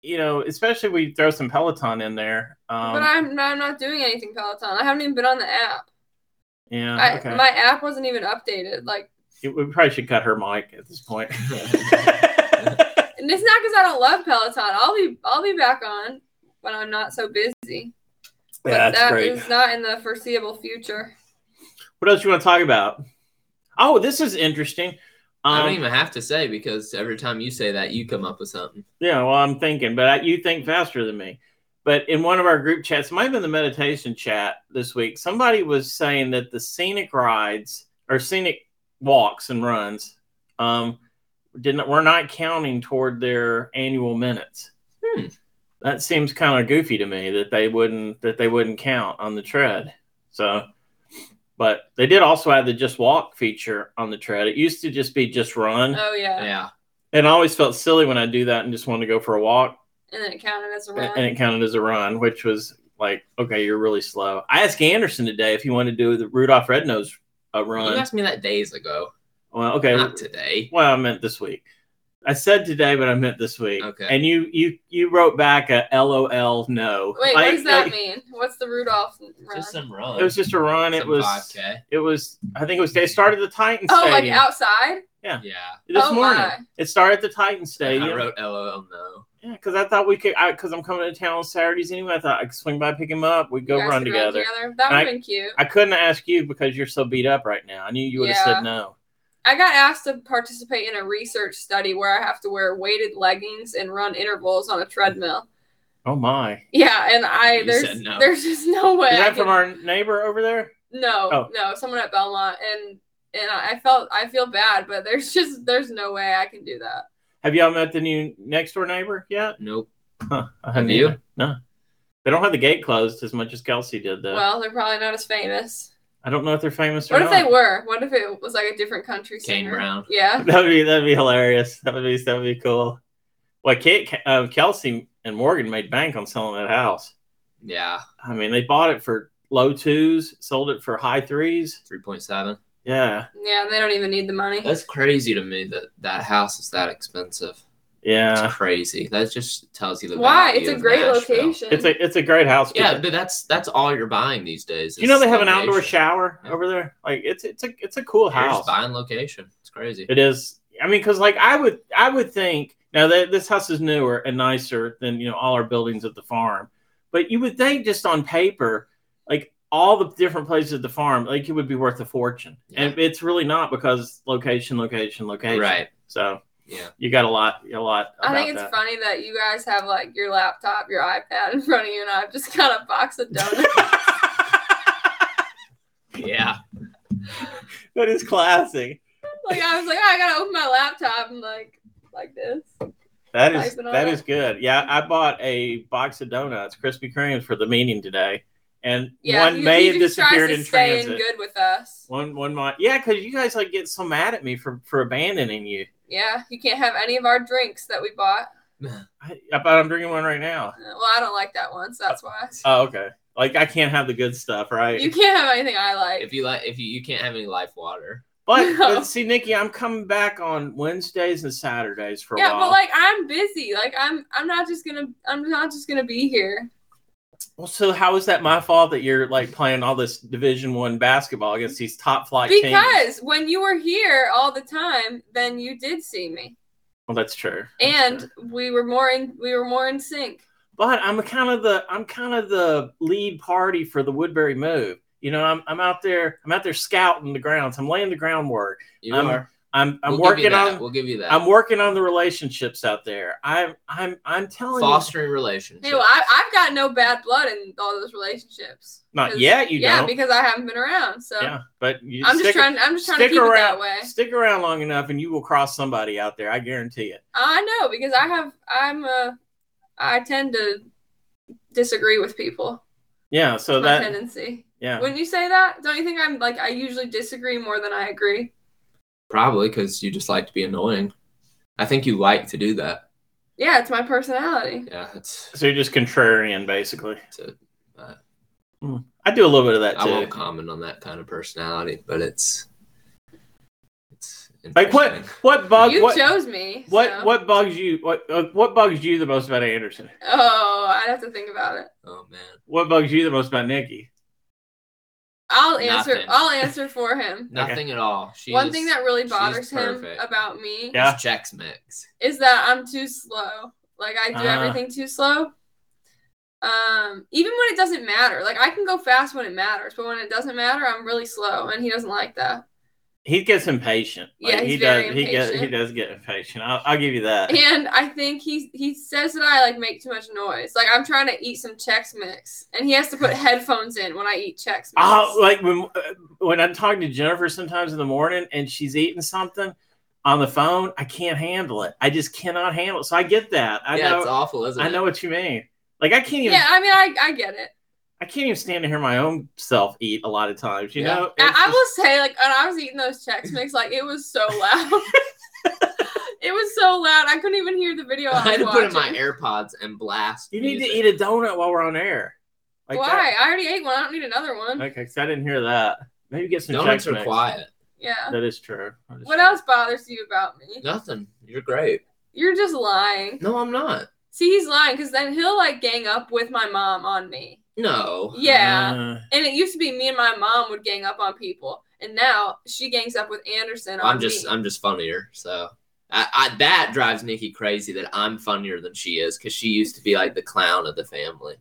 C: you know, especially we throw some Peloton in there. Um,
B: but I'm I'm not doing anything Peloton. I haven't even been on the app.
C: yeah,
B: I,
C: Oh, okay.
B: My app wasn't even updated. Like,
C: we probably should cut her mic at this point.
B: and it's not because I don't love Peloton. I'll be I'll be back on when I'm not so busy. But
C: yeah, that's
B: that
C: great.
B: is not in the foreseeable future.
C: What else you want to talk about? Oh, this is interesting.
A: I
C: Um,
A: don't even have to say because every time you say that, you come up with something.
C: Yeah, well, I'm thinking, but I, you think faster than me. But in one of our group chats, it might have been the meditation chat this week, somebody was saying that the scenic rides or scenic walks and runs um, didn't were not counting toward their annual minutes.
A: Hmm.
C: That seems kind of goofy to me that they wouldn't that they wouldn't count on the tread. So, but they did also have the just walk feature on the tread. It used to just be just run,
B: Oh yeah,
A: Yeah.
C: and I always felt silly when I do that and just wanted to go for a walk
B: and then it counted as a
C: and
B: run.
C: and it counted as a run, which was like, okay, you're really slow. I asked Anderson today if he wanted to do the Rudolph Rednose uh, run.
A: You asked me that days ago,
C: Well, okay.
A: not today.
C: Well, I meant this week. I said today, but I meant this week.
A: Okay.
C: And you you you wrote back a LOL no.
B: Wait, what
C: Like-
B: does that
C: like,
B: mean? What's the Rudolph run?
A: Just some run.
C: It was just a run. It
A: Some
C: was
A: 5K.
C: it was I think it was they started at the Titan
B: oh, like
C: Stadium
B: outside?
A: Yeah.
C: this
B: oh,
C: morning.
B: my.
C: It started at the Titan Stadium.
A: I wrote LOL no.
C: Yeah, because I thought we could, because I'm coming to town on Saturdays anyway. I thought I could swing by, pick him up, we'd go
B: You guys
C: run
B: could
C: together.
B: That would
C: And
B: have been cute.
C: I couldn't ask you because you're so beat up right now. I knew you would have
B: Yeah.
C: said no.
B: I got asked to participate in a research study where I have to wear weighted leggings and run intervals on a treadmill.
C: Oh my!
B: Yeah, and I
A: You
B: there's
A: said no.
B: there's just no way.
C: Is
B: I
C: that
B: could-
C: from our neighbor over there?
B: No,
C: Oh.
B: no, someone at Belmont, and and I felt I feel bad, but there's just there's no way I can do that.
C: Have y'all met the new next door neighbor yet?
A: Nope.
C: Huh, I
A: Have
C: hadn't
A: you?
C: either. No. They don't have the gate closed as much as Kelsey did, though.
B: Well, they're probably not as famous.
C: I don't know if they're famous or
B: What if
C: not.
B: they were? What if it was like a different country
A: Kane
B: singer?
A: Brown.
B: Yeah,
C: That would be that'd be hilarious. That would be that would be cool. Well, Kate, uh, Kelsey and Morgan made bank on selling that house.
A: Yeah.
C: I mean, they bought it for low twos, sold it for high threes.
A: 3.7.
C: Yeah,
B: yeah, they don't even need the money.
A: That's crazy to me that that house is that expensive.
C: yeah.
A: It's crazy. That just tells you the
B: Why?
A: value
B: It's a
A: of
B: great
A: Nashville.
B: location.
C: It's a it's a great house.
A: Yeah, but that's that's all you're buying these days.
C: Do you know
A: is
C: they have an outdoor
A: location.
C: shower
A: Yeah.
C: over there? Like it's it's a it's a cool
A: You're just
C: house.
A: buying location. It's crazy.
C: It is. I mean, because like I would I would think now that this house is newer and nicer than you know all our buildings at the farm, but you would think just on paper, like all the different places at the farm, like it would be worth a fortune, and it's really not because location, location, location.
A: Right.
C: So
A: Yeah.
C: you got a lot, a lot. About
B: I think it's
C: that.
B: funny that you guys have like your laptop, your iPad in front of you, and I've just got a box of donuts.
A: Yeah.
C: that is classic.
B: like I was like, oh, I gotta open my laptop and like like this.
C: That is
B: Typing on
C: that
B: it.
C: is good. Yeah, I bought a box of donuts, Krispy Kreme, for the meeting today, and
B: Yeah,
C: one
B: he-
C: may
B: he
C: have
B: just tries
C: disappeared
B: to
C: in
B: stay
C: transit.
B: in good with us.
C: One one might, yeah, because you guys like get so mad at me for for abandoning you.
B: Yeah, you can't have any of our drinks that we bought.
C: I, I bet I'm drinking one right now.
B: Uh, Well, I don't like that one, so that's why.
C: Oh, okay. Like I can't have the good stuff, right?
B: You can't have anything I like.
A: If you like, if you, you can't have any life water.
C: but,
B: No.
C: but see, Nikki, I'm coming back on Wednesdays and Saturdays for a
B: yeah,
C: while.
B: but like I'm busy. Like I'm I'm not just gonna I'm not just gonna be here.
C: well, so how is that my fault that you're like playing all this Division One basketball against these top flight teams?
B: Because when you were here all the time, then you did see me.
C: Well, that's true. That's true.
B: And we were more in we were more in sync.
C: but I'm kind of the I'm kind of the lead party for the Woodbury move. You know, I'm I'm out there I'm out there scouting the grounds. I'm laying the groundwork.
A: You
C: I'm-
A: are.
C: I'm I'm
A: We'll give you
C: working
A: that.
C: on
A: We'll give you that.
C: I'm working on the relationships out there. I'm I'm I'm telling
A: fostering relationships.
B: Hey, well, I, I've got no bad blood in all those relationships.
C: you, not
B: 'Cause-
C: yet. Uh, You
B: yeah,
C: don't.
B: because I haven't been around. So
C: yeah, but you
B: I'm just
C: stick,
B: trying. I'm just trying to
C: stick
B: keep
C: around.
B: it that way.
C: Stick around long enough, and you will cross somebody out there. I guarantee it.
B: I know because I have. I'm a. I tend to disagree with people.
C: Yeah. So
B: That's my
C: that.
B: tendency.
C: Yeah.
B: Wouldn't you say that? Don't you think I'm like I usually disagree more than I agree?
A: Probably because you just like to be annoying. I think you like to do that.
B: Yeah, it's my personality.
A: Yeah, it's.
C: So you're just contrarian, basically.
A: it's a,
C: I do a little bit of that
A: I
C: too.
A: won't comment on that kind of personality, but it's. It's.
C: Like what?
A: interesting.
C: What bug?
B: you
C: what?
B: chose me.
C: what?
B: so-
C: What bugs you? What? Uh, what bugs you the most about Anderson?
B: Oh, I'd have to think about it.
A: Oh man.
C: What bugs you the most about Nikki?
B: I'll answer.
A: Nothing.
B: I'll answer for him.
A: Nothing at all. She
B: One
A: is-
B: thing that really
A: she's
B: bothers him
A: perfect.
B: about me
C: Yeah.
A: is checks mix.
B: is that I'm too slow. Like I do
C: Ah.
B: everything too slow. Um, even when it doesn't matter. Like I can go fast when it matters, but when it doesn't matter, I'm really slow, and he doesn't like that.
C: He gets impatient.
B: Yeah,
C: he
B: he's very
C: does. He gets. He
B: impatient.
C: does get impatient. I'll, I'll give you that.
B: And I think he he says that I like make too much noise. Like I'm trying to eat some Chex Mix, and he has to put headphones in when I eat Chex Mix.
C: Oh, like when uh, when I'm talking to Jennifer sometimes in the morning and she's eating something on the phone, I can't handle it. I just cannot handle it. So I get that. I
A: yeah, it's
C: know.
A: awful, isn't
C: I
A: it?
C: know what you mean. Like I can't even.
B: yeah, I mean I I get it.
C: I can't even stand to hear my own self eat a lot of times. You
A: Yeah.
C: know.
B: I,
C: It's
B: I
C: just-
B: will say, like, when I was eating those Chex Mix, like, it was so loud. it was so loud. I couldn't even hear the video. I,
A: I had
B: was
A: to put in my
B: watching.
A: AirPods and blast.
C: You need to
A: music.
C: eat a donut while we're on air. Like
B: Why?
C: that.
B: I already ate one. I don't need another one.
C: Okay, so I didn't hear that. Maybe get some
A: Donuts
C: Chex
A: are
C: Mix.
A: quiet.
B: yeah.
C: That is true. That is
B: What
C: true.
B: else bothers you about me?
A: Nothing. You're great.
B: You're just lying.
A: No, I'm not.
B: See, he's lying because then he'll like gang up with my mom on me.
A: No.
B: Yeah.
C: Uh,
B: And it used to be me and my mom would gang up on people, and now she gangs up with Anderson on
A: I'm just
B: me.
A: I'm just funnier. So I, I that drives Nikki crazy that I'm funnier than she is because she used to be like the clown of the family,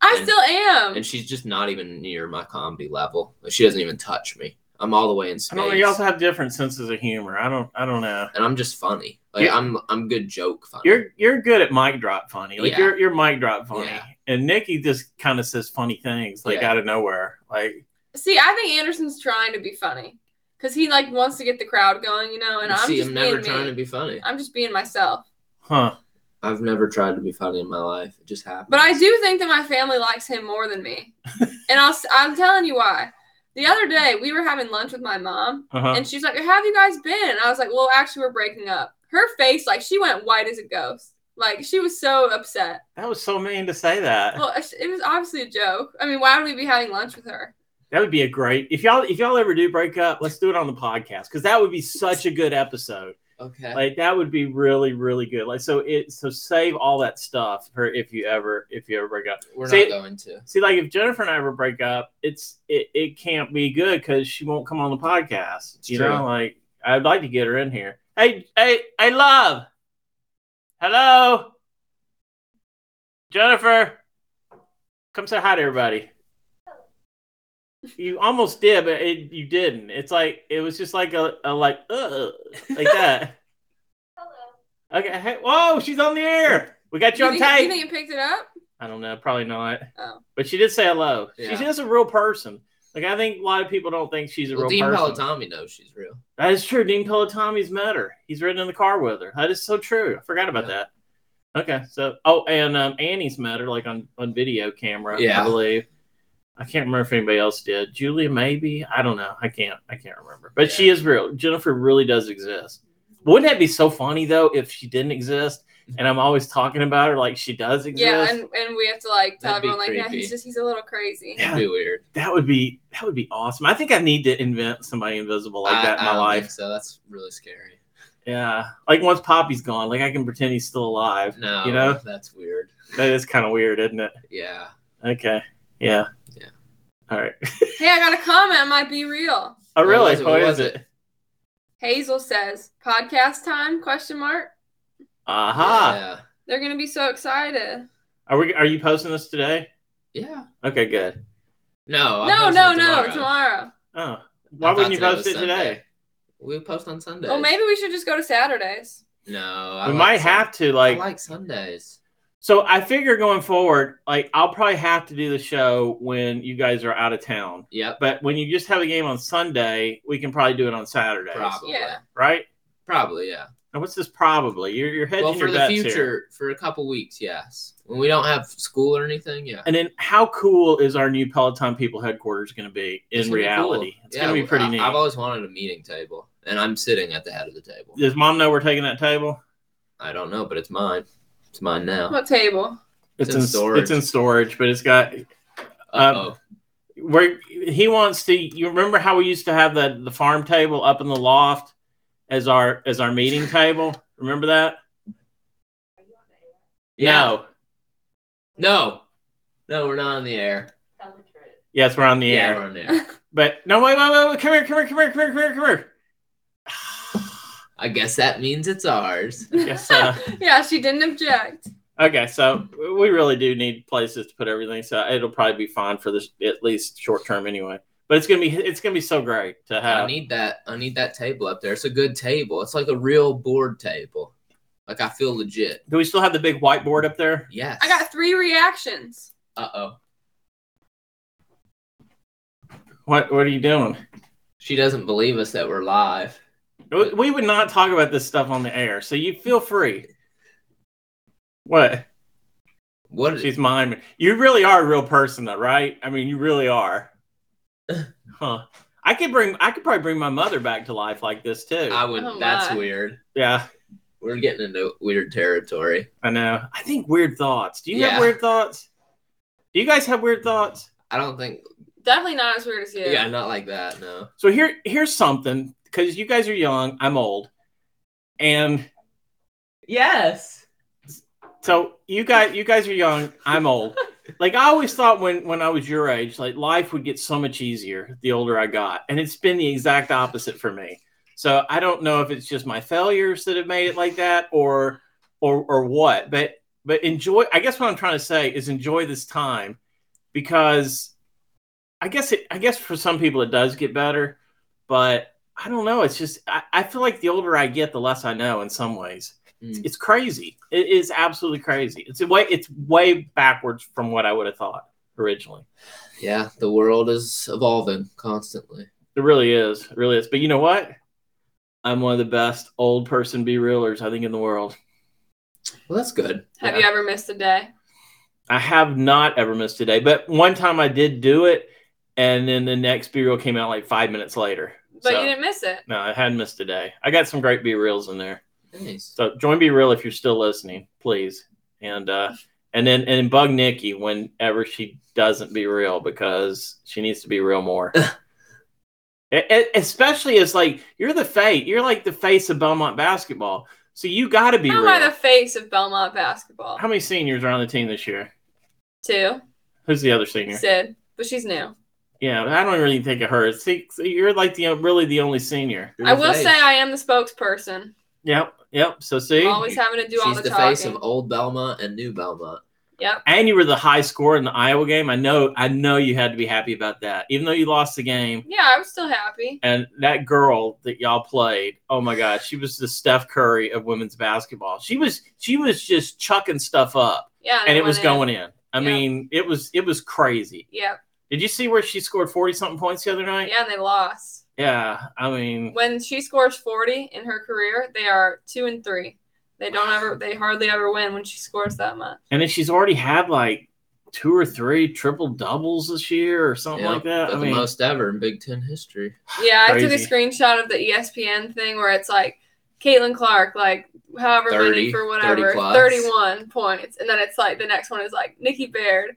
B: I
A: and-
B: still am.
A: and she's just not even near my comedy level. Like, She doesn't even touch me. I'm all the way in
C: I
A: space,
C: don't know. You also have different senses of humor. I don't. I don't know.
A: and I'm just funny. Like
C: You're-
A: I'm I'm good joke funny.
C: You're you're good at mic drop funny. Like
A: Yeah.
C: you're you're mic drop funny.
A: Yeah.
C: And Nikki just kind of says funny things like
A: Yeah.
C: out of nowhere. Like
B: See, I think Anderson's trying to be funny because he like wants to get the crowd going, you know. And I'm
A: See,
B: just
A: I'm never
B: being me.
A: trying to be funny.
B: I'm just being myself.
C: huh?
A: I've never tried to be funny in my life. It just happens.
B: But I do think that my family likes him more than me, and I'll, s- I'm telling you why. The other day we were having lunch with my mom,
C: Uh-huh.
B: And she's like, Have you guys been? And I was like, Well, actually, we're breaking up. Her face, like, she went white as a ghost. Like, she was so upset.
C: That was so mean to say that.
B: Well, it was obviously a joke. I mean, why would we be having lunch with her?
C: that would be a great if y'all if y'all ever do break up, let's do it on the podcast because that would be such a good episode.
A: okay.
C: Like that would be really really good. Like so it so save all that stuff for if you ever if you ever break up.
A: We're
C: See-
A: not going to.
C: See, like if Jennifer and I ever break up, it's it, it can't be good because she won't come on the podcast.
A: It's
C: you
A: true.
C: know, like I'd like to get her in here. Hey, hey, hey, love. Hello, Jennifer. Come say hi to everybody. You almost did, but it, you didn't. It's like it was just like a, a like uh like that. okay. Hey, whoa, she's on the air. We got you,
B: you,
C: on
B: think,
C: tape.
B: you think you picked it up?
C: I don't know, probably not.
B: Oh.
C: But she did say hello.
A: Yeah.
C: She's just a real person. Like I think a lot of people don't think she's a
A: Well,
C: real
A: Dean
C: person.
A: Pelotami knows she's real.
C: That is true. Dean Pelotami's met her. He's ridden in the car with her. That is so true. I forgot about
A: Yeah.
C: that. Okay, so oh, and um, Annie's met her like on on video camera.
A: Yeah.
C: I believe. I can't remember if anybody else did. Julia, maybe. I don't know. I can't. I can't remember. But she
A: Yeah.
C: is real. Jennifer really does exist. Wouldn't that be so funny though if she didn't exist?
A: Mm-hmm.
C: And I'm always talking about her like she does exist.
B: Yeah, and, and we have to, like, tell
A: That'd be
B: everyone, like, yeah,
A: creepy.
B: he's just, he's a little crazy.
C: Yeah.
A: It'd be weird.
C: That would be that would be awesome. I think I need to invent somebody invisible like that
A: I
C: in my
A: don't
C: life.
A: think So that's really scary.
C: Yeah, like once Poppy's gone, like I can pretend he's still alive.
A: No,
C: You know?
A: that's weird.
C: That is kind of weird, isn't it?
A: Yeah.
C: Okay. Yeah.
A: Yeah.
C: All right.
B: hey, I got a comment. I might be real.
C: Oh,
A: What
C: really?
A: was it?
C: What
A: What
C: is
A: was
C: it?
B: Hazel says, podcast time, question mark.
C: Aha!
B: They're going to be so excited.
C: Are we? Are you posting this today?
A: Yeah. Yeah.
C: Okay, good.
A: No. I'll
B: no,
A: post
B: no,
A: it
B: no, tomorrow.
C: Oh,
A: I
C: why
A: thought
C: wouldn't you
A: today
C: post
A: was
C: it today?
A: Sunday. We'll post on Sunday.
B: Well, maybe we should just go to Saturdays.
A: No. I
C: We
A: like
C: might
A: Sun-
C: have to.
A: I
C: Like,
A: like Sundays.
C: so I figure going forward, like I'll probably have to do the show when you guys are out of town.
A: Yep.
C: But when you just have a game on Sunday, we can probably do it on Saturdays,
A: Probably.
B: Yeah.
C: right?
A: Probably. Yeah.
C: Now, what's this? Probably you're you're hedging
A: Well, for
C: your
A: the
C: bets
A: future,
C: here.
A: for a couple weeks, yes. When we don't have school or anything, yeah.
C: And then, how cool is our new Peloton People headquarters going to be in
A: It's gonna be cool.
C: reality? It's going to
A: Yeah,
C: be pretty
A: I-
C: neat.
A: I've always wanted a meeting table, and I'm sitting at the head of the table.
C: Does Mom know we're taking that table?
A: I don't know, but it's mine. It's mine now.
B: What table?
A: It's in storage.
C: It's in storage, but it's got. um,
A: Uh-oh.
C: Where he wants to. You remember how we used to have the the farm table up in the loft as our as our meeting table? Remember that? No.
A: No. No, we're not on the air.
C: Yes, we're on the
A: Yeah,
C: air.
A: we're on the air.
C: But no, wait, wait, wait, wait! Come here, come here, come here, come here, come here, come here.
A: I guess that means it's ours.
C: Yes, uh,
B: yeah, she didn't object.
C: Okay, so we really do need places to put everything, so it'll probably be fine for this at least short term anyway. But it's gonna be it's gonna be so great to
A: I
C: have.
A: need that. I need that table up there. It's a good table. It's like a real board table. Like I feel legit.
C: do we still have the big whiteboard up there?
A: Yes.
B: I got three reactions.
A: Uh oh.
C: What What are you doing?
A: She doesn't believe us that we're live.
C: We we would not talk about this stuff on the air, so you feel free. What?
A: What?
C: She's mine. You really are a real person, though, right? I mean, you really are. Huh? I could bring I could probably bring my mother back to life like this too.
A: I would.
B: Oh,
A: that's
B: my.
A: weird.
C: yeah.
A: We're getting into weird territory.
C: I know. I think weird thoughts. Do you
A: Yeah.
C: have weird thoughts? Do you guys have weird thoughts?
A: I don't think.
B: Definitely not as weird as you.
A: Yeah, not like that. No.
C: So here, here's something because you guys are young. I'm old, and
D: Yes.
C: so you guys, you guys are young. I'm old. like I always thought when when I was your age, like life would get so much easier the older I got, and it's been the exact opposite for me. So I don't know if it's just my failures that have made it like that, or or or what. But but enjoy. I guess what I'm trying to say is enjoy this time because I guess it. I guess for some people it does get better, but I don't know. It's just I, I feel like the older I get, the less I know in some ways it's crazy. It is absolutely crazy. It's way it's way backwards from what I would have thought originally.
A: Yeah, the world is evolving constantly.
C: It really is. It really is. But you know what? I'm one of the best old person be realers I think in the world.
A: Well, that's good.
B: Have
C: Yeah.
B: you ever missed a day?
C: I have not ever missed a day, but one time I did do it, and then the next be reel came out like five minutes later.
B: But
C: So,
B: you didn't miss it.
C: no, I hadn't missed a day. I got some great be reels in there.
A: Nice.
C: So join Be Real if you're still listening, please. And uh and then and bug Nikki whenever she doesn't be real because she needs to be real more. E- e- especially as like you're the fate, you're like the face of Belmont basketball. So you got to be
B: How am I
C: real.
B: the face of Belmont basketball?
C: How many seniors are on the team this year?
B: Two.
C: Who's the other senior?
B: Sid. But she's new.
C: Yeah, I don't really think of her. See, so you're like the really the only senior.
A: You're
B: I
A: the
B: will
A: face.
B: say I am the spokesperson.
C: Yep, yep. So see,
B: Always having to do all
A: she's
B: the,
A: the
B: talking.
A: face of old Belmont and new Belmont.
B: Yep.
C: and you were the high scorer in the Iowa game. I know, I know you had to be happy about that, even though you lost the game.
B: Yeah, I was still happy.
C: And that girl that y'all played, oh my god, she was the Steph Curry of women's basketball. She was she was just chucking stuff up
B: Yeah.
C: and it was
B: went in.
C: going in. I
B: Yeah.
C: mean, it was it was crazy.
B: Yep.
C: Did you see where she scored 40 something points the other night?
B: Yeah, and they lost.
C: Yeah, I mean,
B: When she scores 40 in her career, they are two and three. They don't ever, they hardly ever win when she scores that much.
C: and then she's already had like two or three triple doubles this year or something
A: Yeah,
C: like that.
A: but
C: I
A: the
C: mean,
A: most ever in Big Ten history.
B: Yeah, I took a
C: Crazy.
B: screenshot of the E ESPN thing where it's like Caitlin Clark, like however
A: 30,
B: many for whatever,
A: 30 plus.
B: 31 points. And then it's like the next one is like Nikki Baird,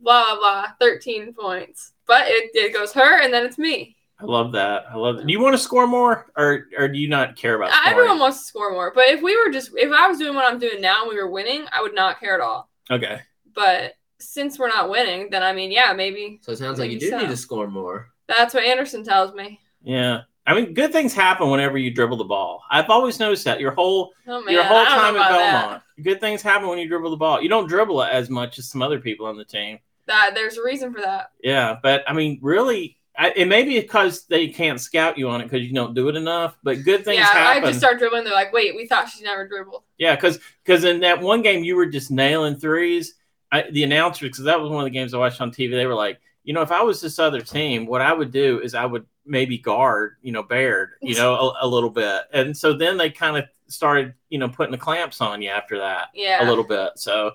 B: blah, blah, blah, 13 points. But it, it goes her and then it's me.
C: I love that. I love that. Do you want to score more or or do you not care about
B: I-
C: scoring?
B: Everyone wants to score more. But if we were just, if I was doing what I'm doing now and we were winning, I would not care at all.
C: Okay.
B: But since we're not winning, then I mean, yeah, maybe
A: So it sounds like you
B: Maybe
A: do
B: so.
A: need to score more.
B: that's what Anderson tells me.
C: Yeah. I mean, good things happen whenever you dribble the ball. I've always noticed that your whole
B: Oh, man.
C: your whole
B: I don't know
C: time at
B: about that.
C: Belmont, good things happen when you dribble the ball. You don't dribble it as much as some other people on the team.
B: That, there's a reason for that.
C: Yeah, but I mean, really, I, it may be because they can't scout you on it because you don't do it enough. But good things
B: yeah,
C: happen.
B: I just start dribbling. They're like, wait, we thought she never dribbled.
C: Yeah, because in that one game you were just nailing threes. I, the announcer, because that was one of the games I watched on TV, they were like, you know, if I was this other team, what I would do is I would maybe guard, you know, Baird, you know, a, a little bit, and so then they kind of started, you know, putting the clamps on you after that
B: Yeah.
C: a little bit. So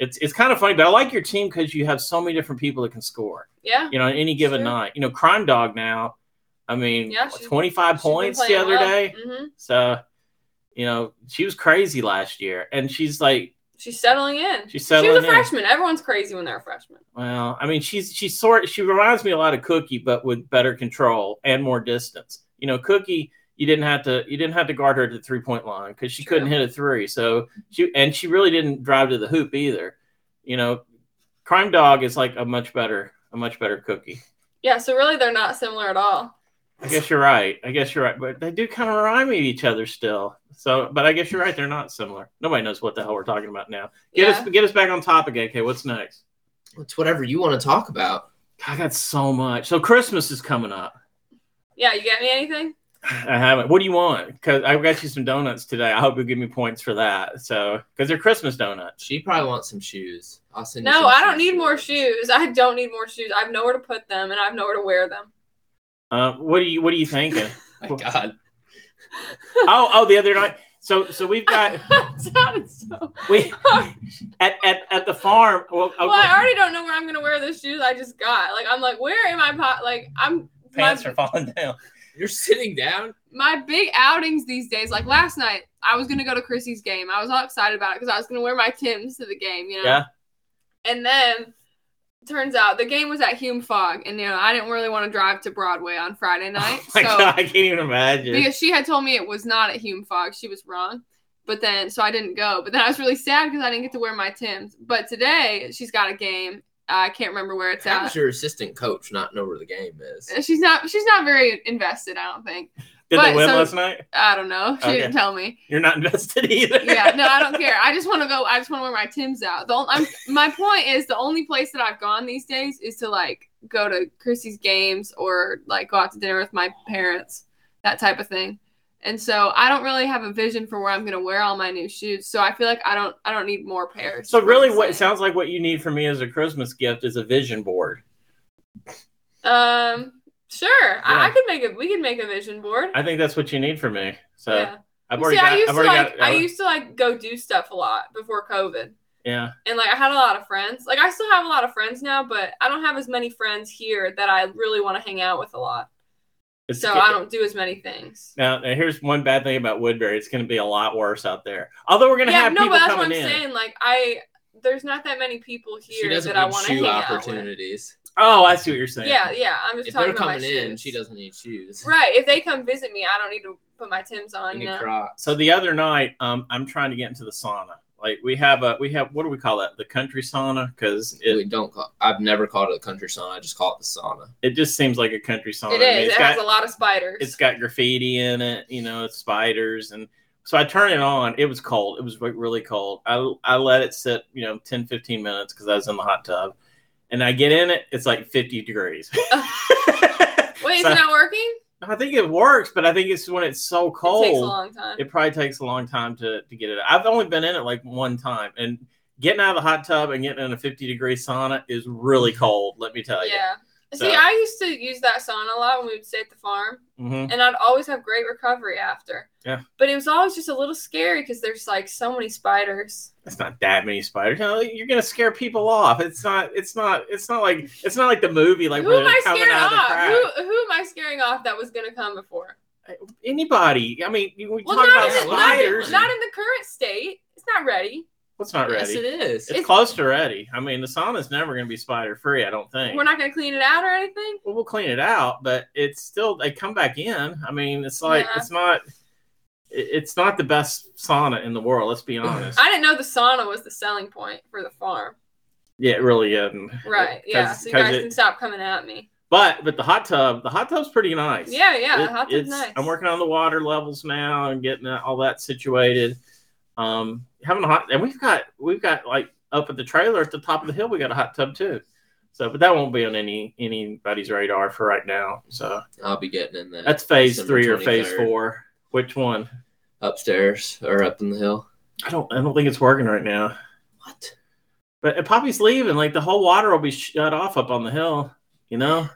C: it's it's kind of funny, but I like your team because you have so many different people that can score,
B: Yeah.
C: you know, on any given
B: Sure.
C: night. You know, Crime Dog now, I mean,
B: Yeah, she's-
C: twenty five points the other day.
B: hmm
C: So, you know, she was crazy last year, and she's like,
B: She's settling in.
C: she's
B: she was
C: settling
B: a
C: in.
B: freshman. Everyone's crazy when they're a freshman.
C: Well, I mean, she's she's sort. She reminds me a lot of Cookie, but with better control and more distance. You know, Cookie, you didn't have to you didn't have to guard her at the three point line because she
B: True.
C: couldn't hit a three. So she and she really didn't drive to the hoop either. You know, Crime Dog is like a much better a much better Cookie.
B: Yeah. So really, they're not similar at all.
C: I guess you're right. I guess you're right, but they do kind of remind me of each other still. So, but I guess you're right. They're not similar. Nobody knows what the hell we're talking about now. Get
B: yeah.
C: us get us back on topic, AK. What's next?
A: It's whatever you want to talk about.
C: I got so much. So Christmas is coming up.
B: yeah. You get me anything?
C: I haven't. What do you want? Because I got you some donuts today. I hope you'll give me points for that. So because they're Christmas donuts.
A: She probably wants some shoes. I'll send you.
B: No,
A: some
B: I don't
A: shoes
B: need
A: she
B: more
A: wants.
B: shoes. I don't need more shoes. I have nowhere to put them, and I have nowhere to wear them.
C: Uh, what are you What are you thinking?
A: My God,
C: oh, oh, the other night. So so we've got
B: Sounded so.
C: we at at, at the farm. Well,
B: Well, I already don't know where I'm gonna wear the shoes I just got. Like, I'm like, where am I? Po- like, I'm
C: pants
B: my-
C: are falling down.
A: you're sitting down.
B: my big outings these days, like last night, I was gonna go to Chrissy's game. I was all excited about it because I was gonna wear my Tim's to the game, you know.
C: Yeah.
B: And then turns out the game was at Hume Fog, and you know I didn't really want to drive to Broadway on Friday night.
C: Oh
B: so
C: my God, I can't even imagine.
B: because she had told me it was not at Hume Fog, she was wrong. But then, so I didn't go. But then I was really sad because I didn't get to wear my Tim's. But today she's got a game. I can't remember where it's
A: How
B: at.
A: does your assistant coach not know where the game is?
B: She's not. She's not very invested. I don't think.
C: Did
B: but
C: they win
B: so-
C: last night?
B: I don't know. She
C: Okay.
B: didn't tell me.
C: You're not invested either.
B: yeah, no, I don't care. I just want to go. I just want to wear my Tim's out. The only, I'm, my point is the only place that I've gone these days is to like go to Chrissy's games or like go out to dinner with my parents, that type of thing. And so I don't really have a vision for where I'm gonna wear all my new shoes. So I feel like I don't I don't need more pairs.
C: So
B: is
C: really,
B: I'm
C: what it
B: saying.
C: sounds like what you need from me as a Christmas gift is a vision board.
B: Um, sure, I, I
C: Yeah.
B: could make a we could make a vision board.
C: I uh, think that's what you need from me. So
B: yeah.
C: I've
B: See,
C: already
B: I
C: got.
B: used
C: I've
B: to
C: already
B: like
C: got.
B: I used to like go do stuff a lot before COVID.
C: yeah.
B: and like I had a lot of friends. Like I still have a lot of friends now, but I don't have as many friends here that I really want to hang out with a lot.
C: It's
B: So I don't do as many things.
C: Now, now here's one bad thing about Woodbury. It's going to be a lot worse out there. Although we're going to
B: Yeah,
C: have
B: no, but
C: people
B: that's what
C: coming
B: I'm
C: in.
B: saying. Like I, there's not that many people
A: She
B: here
A: doesn't
B: that I
A: need
B: want to hang
A: shoe
B: out with.
A: opportunities.
C: Oh, I see what you're saying.
B: Yeah, yeah. I'm just
A: If
B: talking
A: they're
B: about my
A: coming in,
B: shoes.
A: she doesn't need shoes.
B: Right. If they come visit me, I don't need to put my Tim's
A: You
B: on. You
A: need
B: know?
A: Crocs.
C: So the other night, um, I'm trying to get into the sauna. Like we have a we have what do we call that? The country sauna because
A: we
C: it
A: don't call. I've never called it a country sauna. I just call it the sauna.
C: it just seems like a country sauna.
B: It
C: to me.
B: is. It
C: got,
B: has a lot of spiders.
C: it's got graffiti in it, you know, it's spiders. And so I turn it on. It was cold. It was like really cold. I, I let it sit, you know, 10, 15 minutes because I was in the hot tub. And I get in it, it's like 50 degrees.
B: Wait, is
C: So-
B: it not working?
C: I think it works, but I think it's when it's so cold
B: It takes a long time.
C: it probably takes a long time to, to get it out. I've only been in it like one time and getting out of the hot tub and getting in a 50 degree sauna is really cold. Let me tell you.
B: Mm-hmm. yeah.
C: So-
B: See, I used to use that sauna a lot when we would stay at the farm.
C: Mhm.
B: and I'd always have great recovery after.
C: Yeah.
B: But it was always just a little scary because there's like so many spiders.
C: It's not that many spiders. You know, you're going to scare people off. It's not, it's not, it's not like, it's not like the movie, like
B: who
C: where
B: am
C: they're
B: I
C: coming
B: scaring
C: out of the crowd.
B: off? Who, who am I scaring off that was going to come before?
C: Anybody. I mean, you- we
B: Well,
C: talk
B: not
C: about
B: in, the, not,
C: spiders.
B: in, not in the current state. It's not ready.
C: What's not ready?
A: Yes, it is.
C: It's,
B: It's-
C: close to ready. I mean, the sauna's never going to be spider free, I don't think.
B: We're not going to clean it out or anything.
C: well, we'll clean it out, but it's still they come back in. I mean, it's like
B: Yeah.
C: it's not it- it's not the best sauna in the world. Let's be honest.
B: I didn't know the sauna was the selling point for the farm.
C: yeah, it really isn't.
B: Right. yeah. So you guys can stop coming at me.
C: but but the hot tub, the hot tub's pretty nice.
B: Yeah. Yeah.
C: It-
B: the hot
C: it's-
B: tub's nice.
C: I'm working on the water levels now and getting that- all that situated. Um, having a hot and we've got we've got like up at the trailer at the top of the hill, we got a hot tub too. So, but that won't be on any anybody's radar for right now. So
A: I'll be getting in that.
C: that's phase
A: December
C: three or phase
A: 23rd.
C: four. Which one?
A: upstairs or up in the hill.
C: I don't. I don't think it's working right now.
A: What?
C: But if Poppy's leaving, like the whole water will be shut off up on the hill. You know.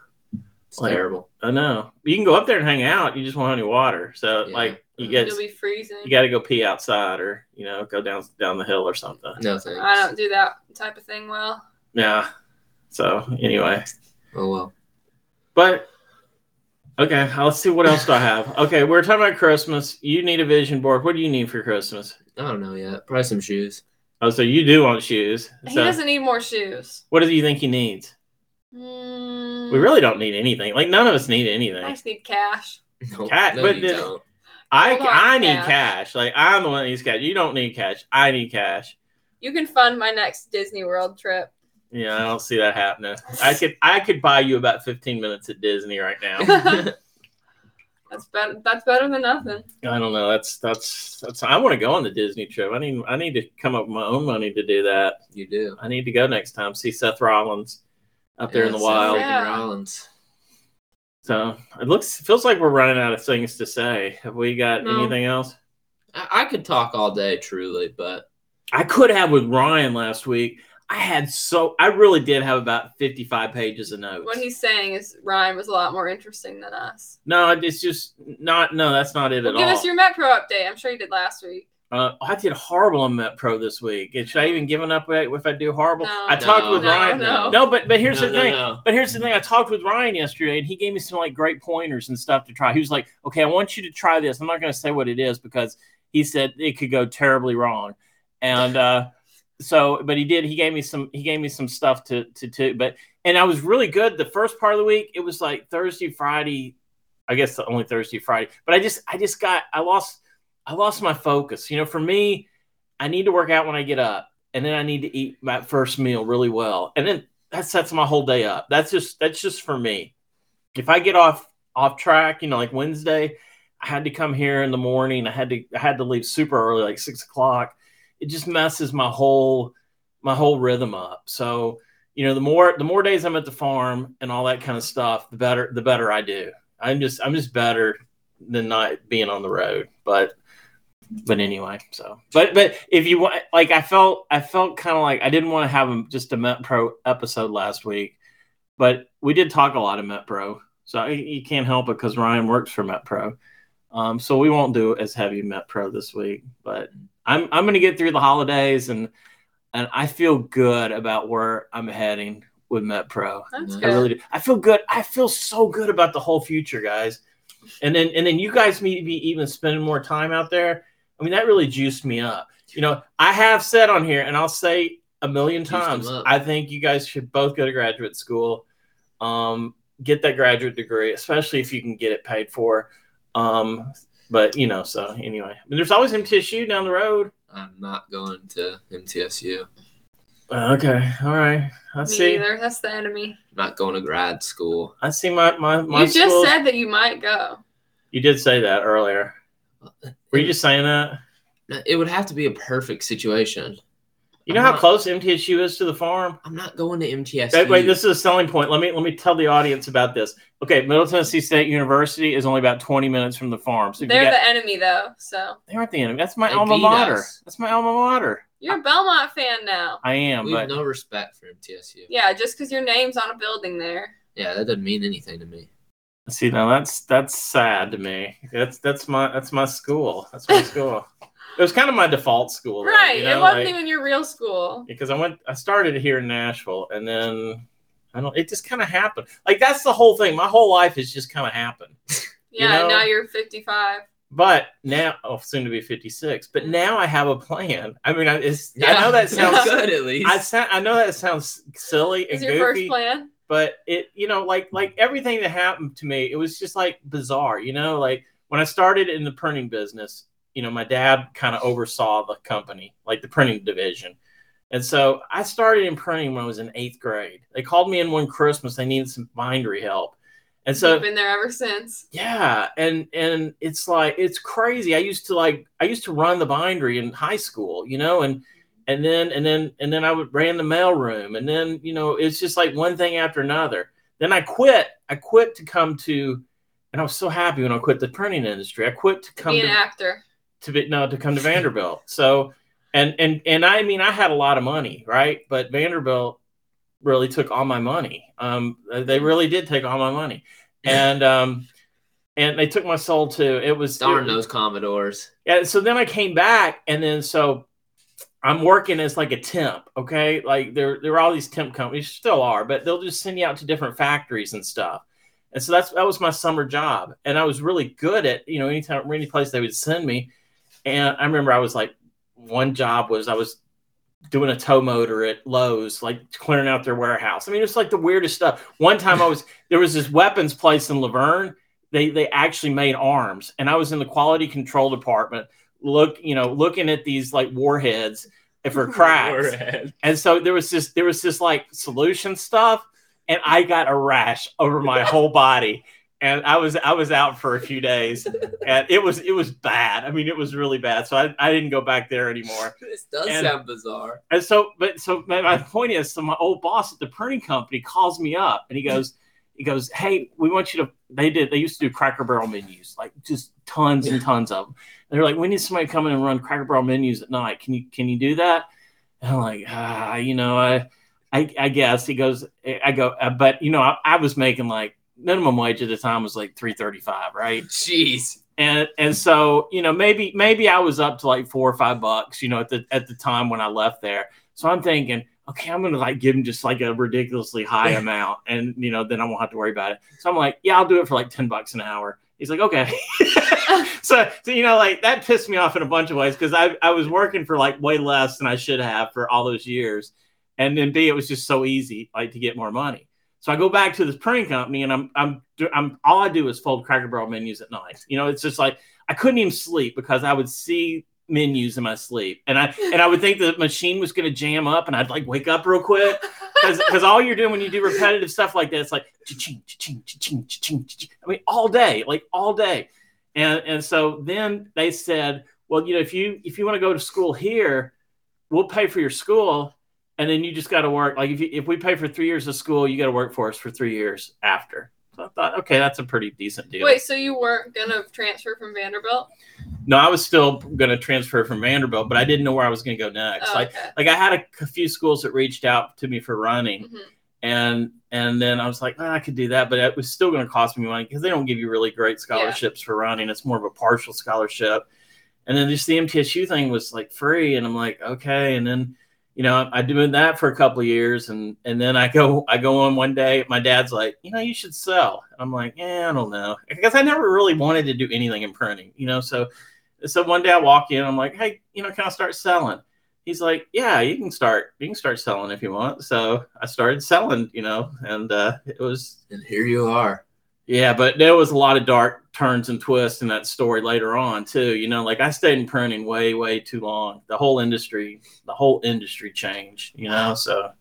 A: It's
C: Like-
A: terrible.
C: I know. You can go up there and hang out. You just won't have any water. So
A: Yeah.
C: like you
A: Yes.
C: get
B: You'll be freezing.
C: you got to go pee outside or you know go down down the hill or something.
A: No thanks.
B: I don't do that type of thing well.
C: Yeah. So anyway,
A: Oh well.
C: but okay. Let's see what else do I have. Okay, we're talking about Christmas. You need a vision board. What do you need for Christmas?
A: I don't know yet. Probably some shoes.
C: Oh, so you do want shoes.
B: He
C: So
B: doesn't need more shoes.
C: what do you think he needs?
B: Mm,
C: We really don't need anything. Like none of us need anything.
B: I just need cash.
A: No,
C: Cat-
A: no,
C: but
A: you
C: then-
A: don't.
C: I,
B: Hold on,
C: I need
B: cash.
C: cash. Like I'm the one that needs cash. You don't need cash. I need cash.
B: You can fund my next Disney World trip.
C: Yeah, I don't see that happening. I could I could buy you about 15 minutes at Disney right now.
B: that's better. That's better than nothing.
C: I don't know. That's that's that's. I want to go on the Disney trip. I need I need to come up with my own money to do that.
A: You do.
C: I need to go next time. See Seth Rollins up there in the
A: Yeah,
C: wild.
A: Seth
B: Yeah.
A: Rollins.
C: So it looks feels like we're running out of things to say. Have we got
B: No.
C: anything else?
A: I-, I could talk all day, truly, but
C: I could have with Ryan last week. I had so I really did have about 55 pages of notes.
B: What he's saying is Ryan was a lot more interesting than us.
C: No, it's just not. No, that's not it
B: Well,
C: at
B: give
C: all.
B: us your MetPro update. I'm sure you did last week.
C: uh, I did horrible on Met Pro this week. And Should I even give up if I do horrible?
B: No.
C: I talked with
B: No,
C: Ryan.
B: no.
C: No, but but here's
A: No,
C: the
A: no,
C: thing.
A: no.
C: But here's the thing. I talked with Ryan yesterday, and he gave me some like great pointers and stuff to try. He was like, "Okay, I want you to try this. I'm not going to say what it is because he said it could go terribly wrong." And uh, so, but he did. He gave me some. He gave me some stuff to to to. But and I was really good the first part of the week. It was like Thursday, Friday, I guess the only Thursday, Friday. But I just I just got I lost I lost my focus. You know, for me, I need to work out when I get up, and then I need to eat my first meal really well, and then that sets my whole day up. That's just that's just for me. If I get off off track, you know, like Wednesday, I had to come here in the morning. I had to I had to leave super early, like six o'clock. It just messes my whole my whole rhythm up. So you know, the more the more days I'm at the farm and all that kind of stuff, the better the better I do. I'm just I'm just better than not being on the road. But but anyway, so but but if you want, like I felt I felt kind of like I didn't want to have a, just a Met Pro episode last week, but we did talk a lot of Met Pro, so I, you can't help it because Ryan works for Met Pro. Um, so we won't do as heavy Met Pro this week, but I'm I'm gonna get through the holidays and and I feel good about where I'm heading with Met Pro.
B: That's
A: I
B: good.
C: I really do. I feel good. I feel so good about the whole future, guys. And then and then you guys may be even spending more time out there. I mean, that really juiced me up. You know, I have said on here, and I'll say a million
A: Juiced 'em
C: times,
A: up.
C: I think you guys should both go to graduate school, um, get that graduate degree, especially if you can get it paid for. Um, but you know, so anyway, I mean, there's always MTSU down the road.
A: I'm not going to MTSU.
C: Okay, all right. I
B: Me
C: see.
B: either. That's the enemy.
A: not going to grad school.
C: I see. My my my.
B: you just
C: schools-
B: said that you might go.
C: you did say that earlier. Were you just saying that?
A: It would have to be a perfect situation.
C: You know
A: I'm
C: how
A: not-
C: close MTSU is to the farm?
A: I'm not going to MTSU.
C: Wait, wait, this is a selling point. Let me let me tell the audience about this. Okay, Middle Tennessee State University is only about 20 minutes from the farm. So if you
B: They're
C: got-
B: the enemy though. So
C: they aren't the enemy. That's my
A: They
C: alma
A: beat
C: mater.
A: us.
C: That's my alma mater.
B: you're a Belmont fan now.
C: I am,
A: we have
C: but
A: no respect for MTSU.
B: Yeah, just because your name's on a building there.
A: Yeah, that doesn't mean anything to me.
C: see now that's that's sad to me. That's that's my that's my school. That's my school. It was kind of my default school, though,
B: right.
C: You know,
B: it wasn't
C: like-
B: even your real school.
C: because I went I started here in Nashville and then I don't it just kind of happened. Like that's the whole thing. My whole life has just kind of happened. you
B: Yeah,
C: know-
B: now you're 55.
C: But now oh, soon to be 56. But now I have a plan. I mean, I, it's,
A: Yeah.
C: I know that sounds
A: good at least.
C: I sa- I know that sounds silly and
B: Is your first
C: goofy,
B: plan?
C: but it you know like like everything that happened to me, it was just like bizarre, you know, like when I started in the printing business, you know, my dad kind of oversaw the company, like the printing division. And so I started in printing when I was in eighth grade. They called me in one Christmas. They needed some bindery help. And so
B: You've been there ever since.
C: yeah, and and it's like it's crazy. I used to like I used to run the bindery in high school, you know, and and then and then and then I would ran the mailroom, and then you know it's just like one thing after another. Then I quit. I quit to come to, and I was so happy when I quit the printing industry. I quit to come
B: Be an
C: to
B: actor.
C: to be no to come to Vanderbilt. So and and and I mean I had a lot of money, right? But Vanderbilt really took all my money. Um, they really did take all my money, and um, and they took my soul too. It was
A: Darn those Commodores.
C: yeah, so then I came back, and then so I'm working as like a temp. Okay, like there there are all these temp companies still are, but they'll just send you out to different factories and stuff. And so that's that was my summer job, and I was really good at you know anytime any place they would send me. And I remember I was like, one job was I was doing a tow motor at Lowe's, like clearing out their warehouse. I mean, it's like the weirdest stuff. One time I was there was this weapons place in Laverne. They they actually made arms, and I was in the quality control department, look you know looking at these like warheads for cracks. and so there was this there was this like solution stuff, and I got a rash over my whole body. And I was I was out for a few days, and it was it was bad. I mean, it was really bad. So I, I didn't go back there anymore.
A: This does
C: And-
A: sound bizarre.
C: And so, but so my, my point is, so my old boss at the printing company calls me up and he goes, he goes, hey, we want you to. They did. They used to do Cracker Barrel menus, like just tons and tons of them. And they're like, we need somebody to come in and run Cracker Barrel menus at night. Can you can you do that? And I'm like, ah, you know, I, I, I guess. He goes, I go, uh, but you know, I, I was making like minimum wage at the time was like three thirty five, right?
A: Jeez.
C: and and so you know maybe maybe I was up to like four or five bucks you know at the at the time when I left there. So I'm thinking, okay, I'm gonna like give him just like a ridiculously high amount, and you know then I won't have to worry about it. So I'm like, yeah, I'll do it for like ten bucks an hour. He's like, okay. so, so you know like that pissed me off in a bunch of ways because I I was working for like way less than I should have for all those years, and then B it was just so easy like to get more money. So I go back to this printing company, and I'm I'm I'm all I do is fold Cracker Barrel menus at night. You know, it's just like I couldn't even sleep because I would see menus in my sleep, and I and I would think the machine was going to jam up, and I'd like wake up real quick because all you're doing when you do repetitive stuff like that, it's like cha-ching, cha-ching, cha-ching, cha-ching, cha-ching. I mean, all day, like all day, and and so then they said, well, you know, if you if you want to go to school here, we'll pay for your school, and then you just got to work. Like if you, if we pay for three years of school, you got to work for us for three years after. So I thought, okay, that's a pretty decent deal.
B: Wait, so you weren't gonna transfer from Vanderbilt?
C: No, I was still going to transfer from Vanderbilt, but I didn't know where I was going to go next.
B: Oh,
C: like
B: okay.
C: like I had a, few schools that reached out to me for running,
B: Mhm.
C: and and then I was like, "Ah, I could do that, but it was still going to cost me money because they don't give you really great scholarships for running. It's more of a partial scholarship, and then just the MTSU thing was like free, and I'm like, okay, and then. You know, I, I doing that for a couple of years, and and then I go I go on one day. My dad's like, you know, you should sell. And I'm like, yeah, I don't know, because I never really wanted to do anything in printing. You know, so so one day I walk in, I'm like, hey, you know, can I start selling? He's like, yeah, you can start, you can start selling if you want. So I started selling, you know, and uh, it was,
A: And here you are.
C: yeah, but there was a lot of dark turns and twists in that story later on too. You know, like I stayed in printing way, way too long. The whole industry, the whole industry changed. You know, so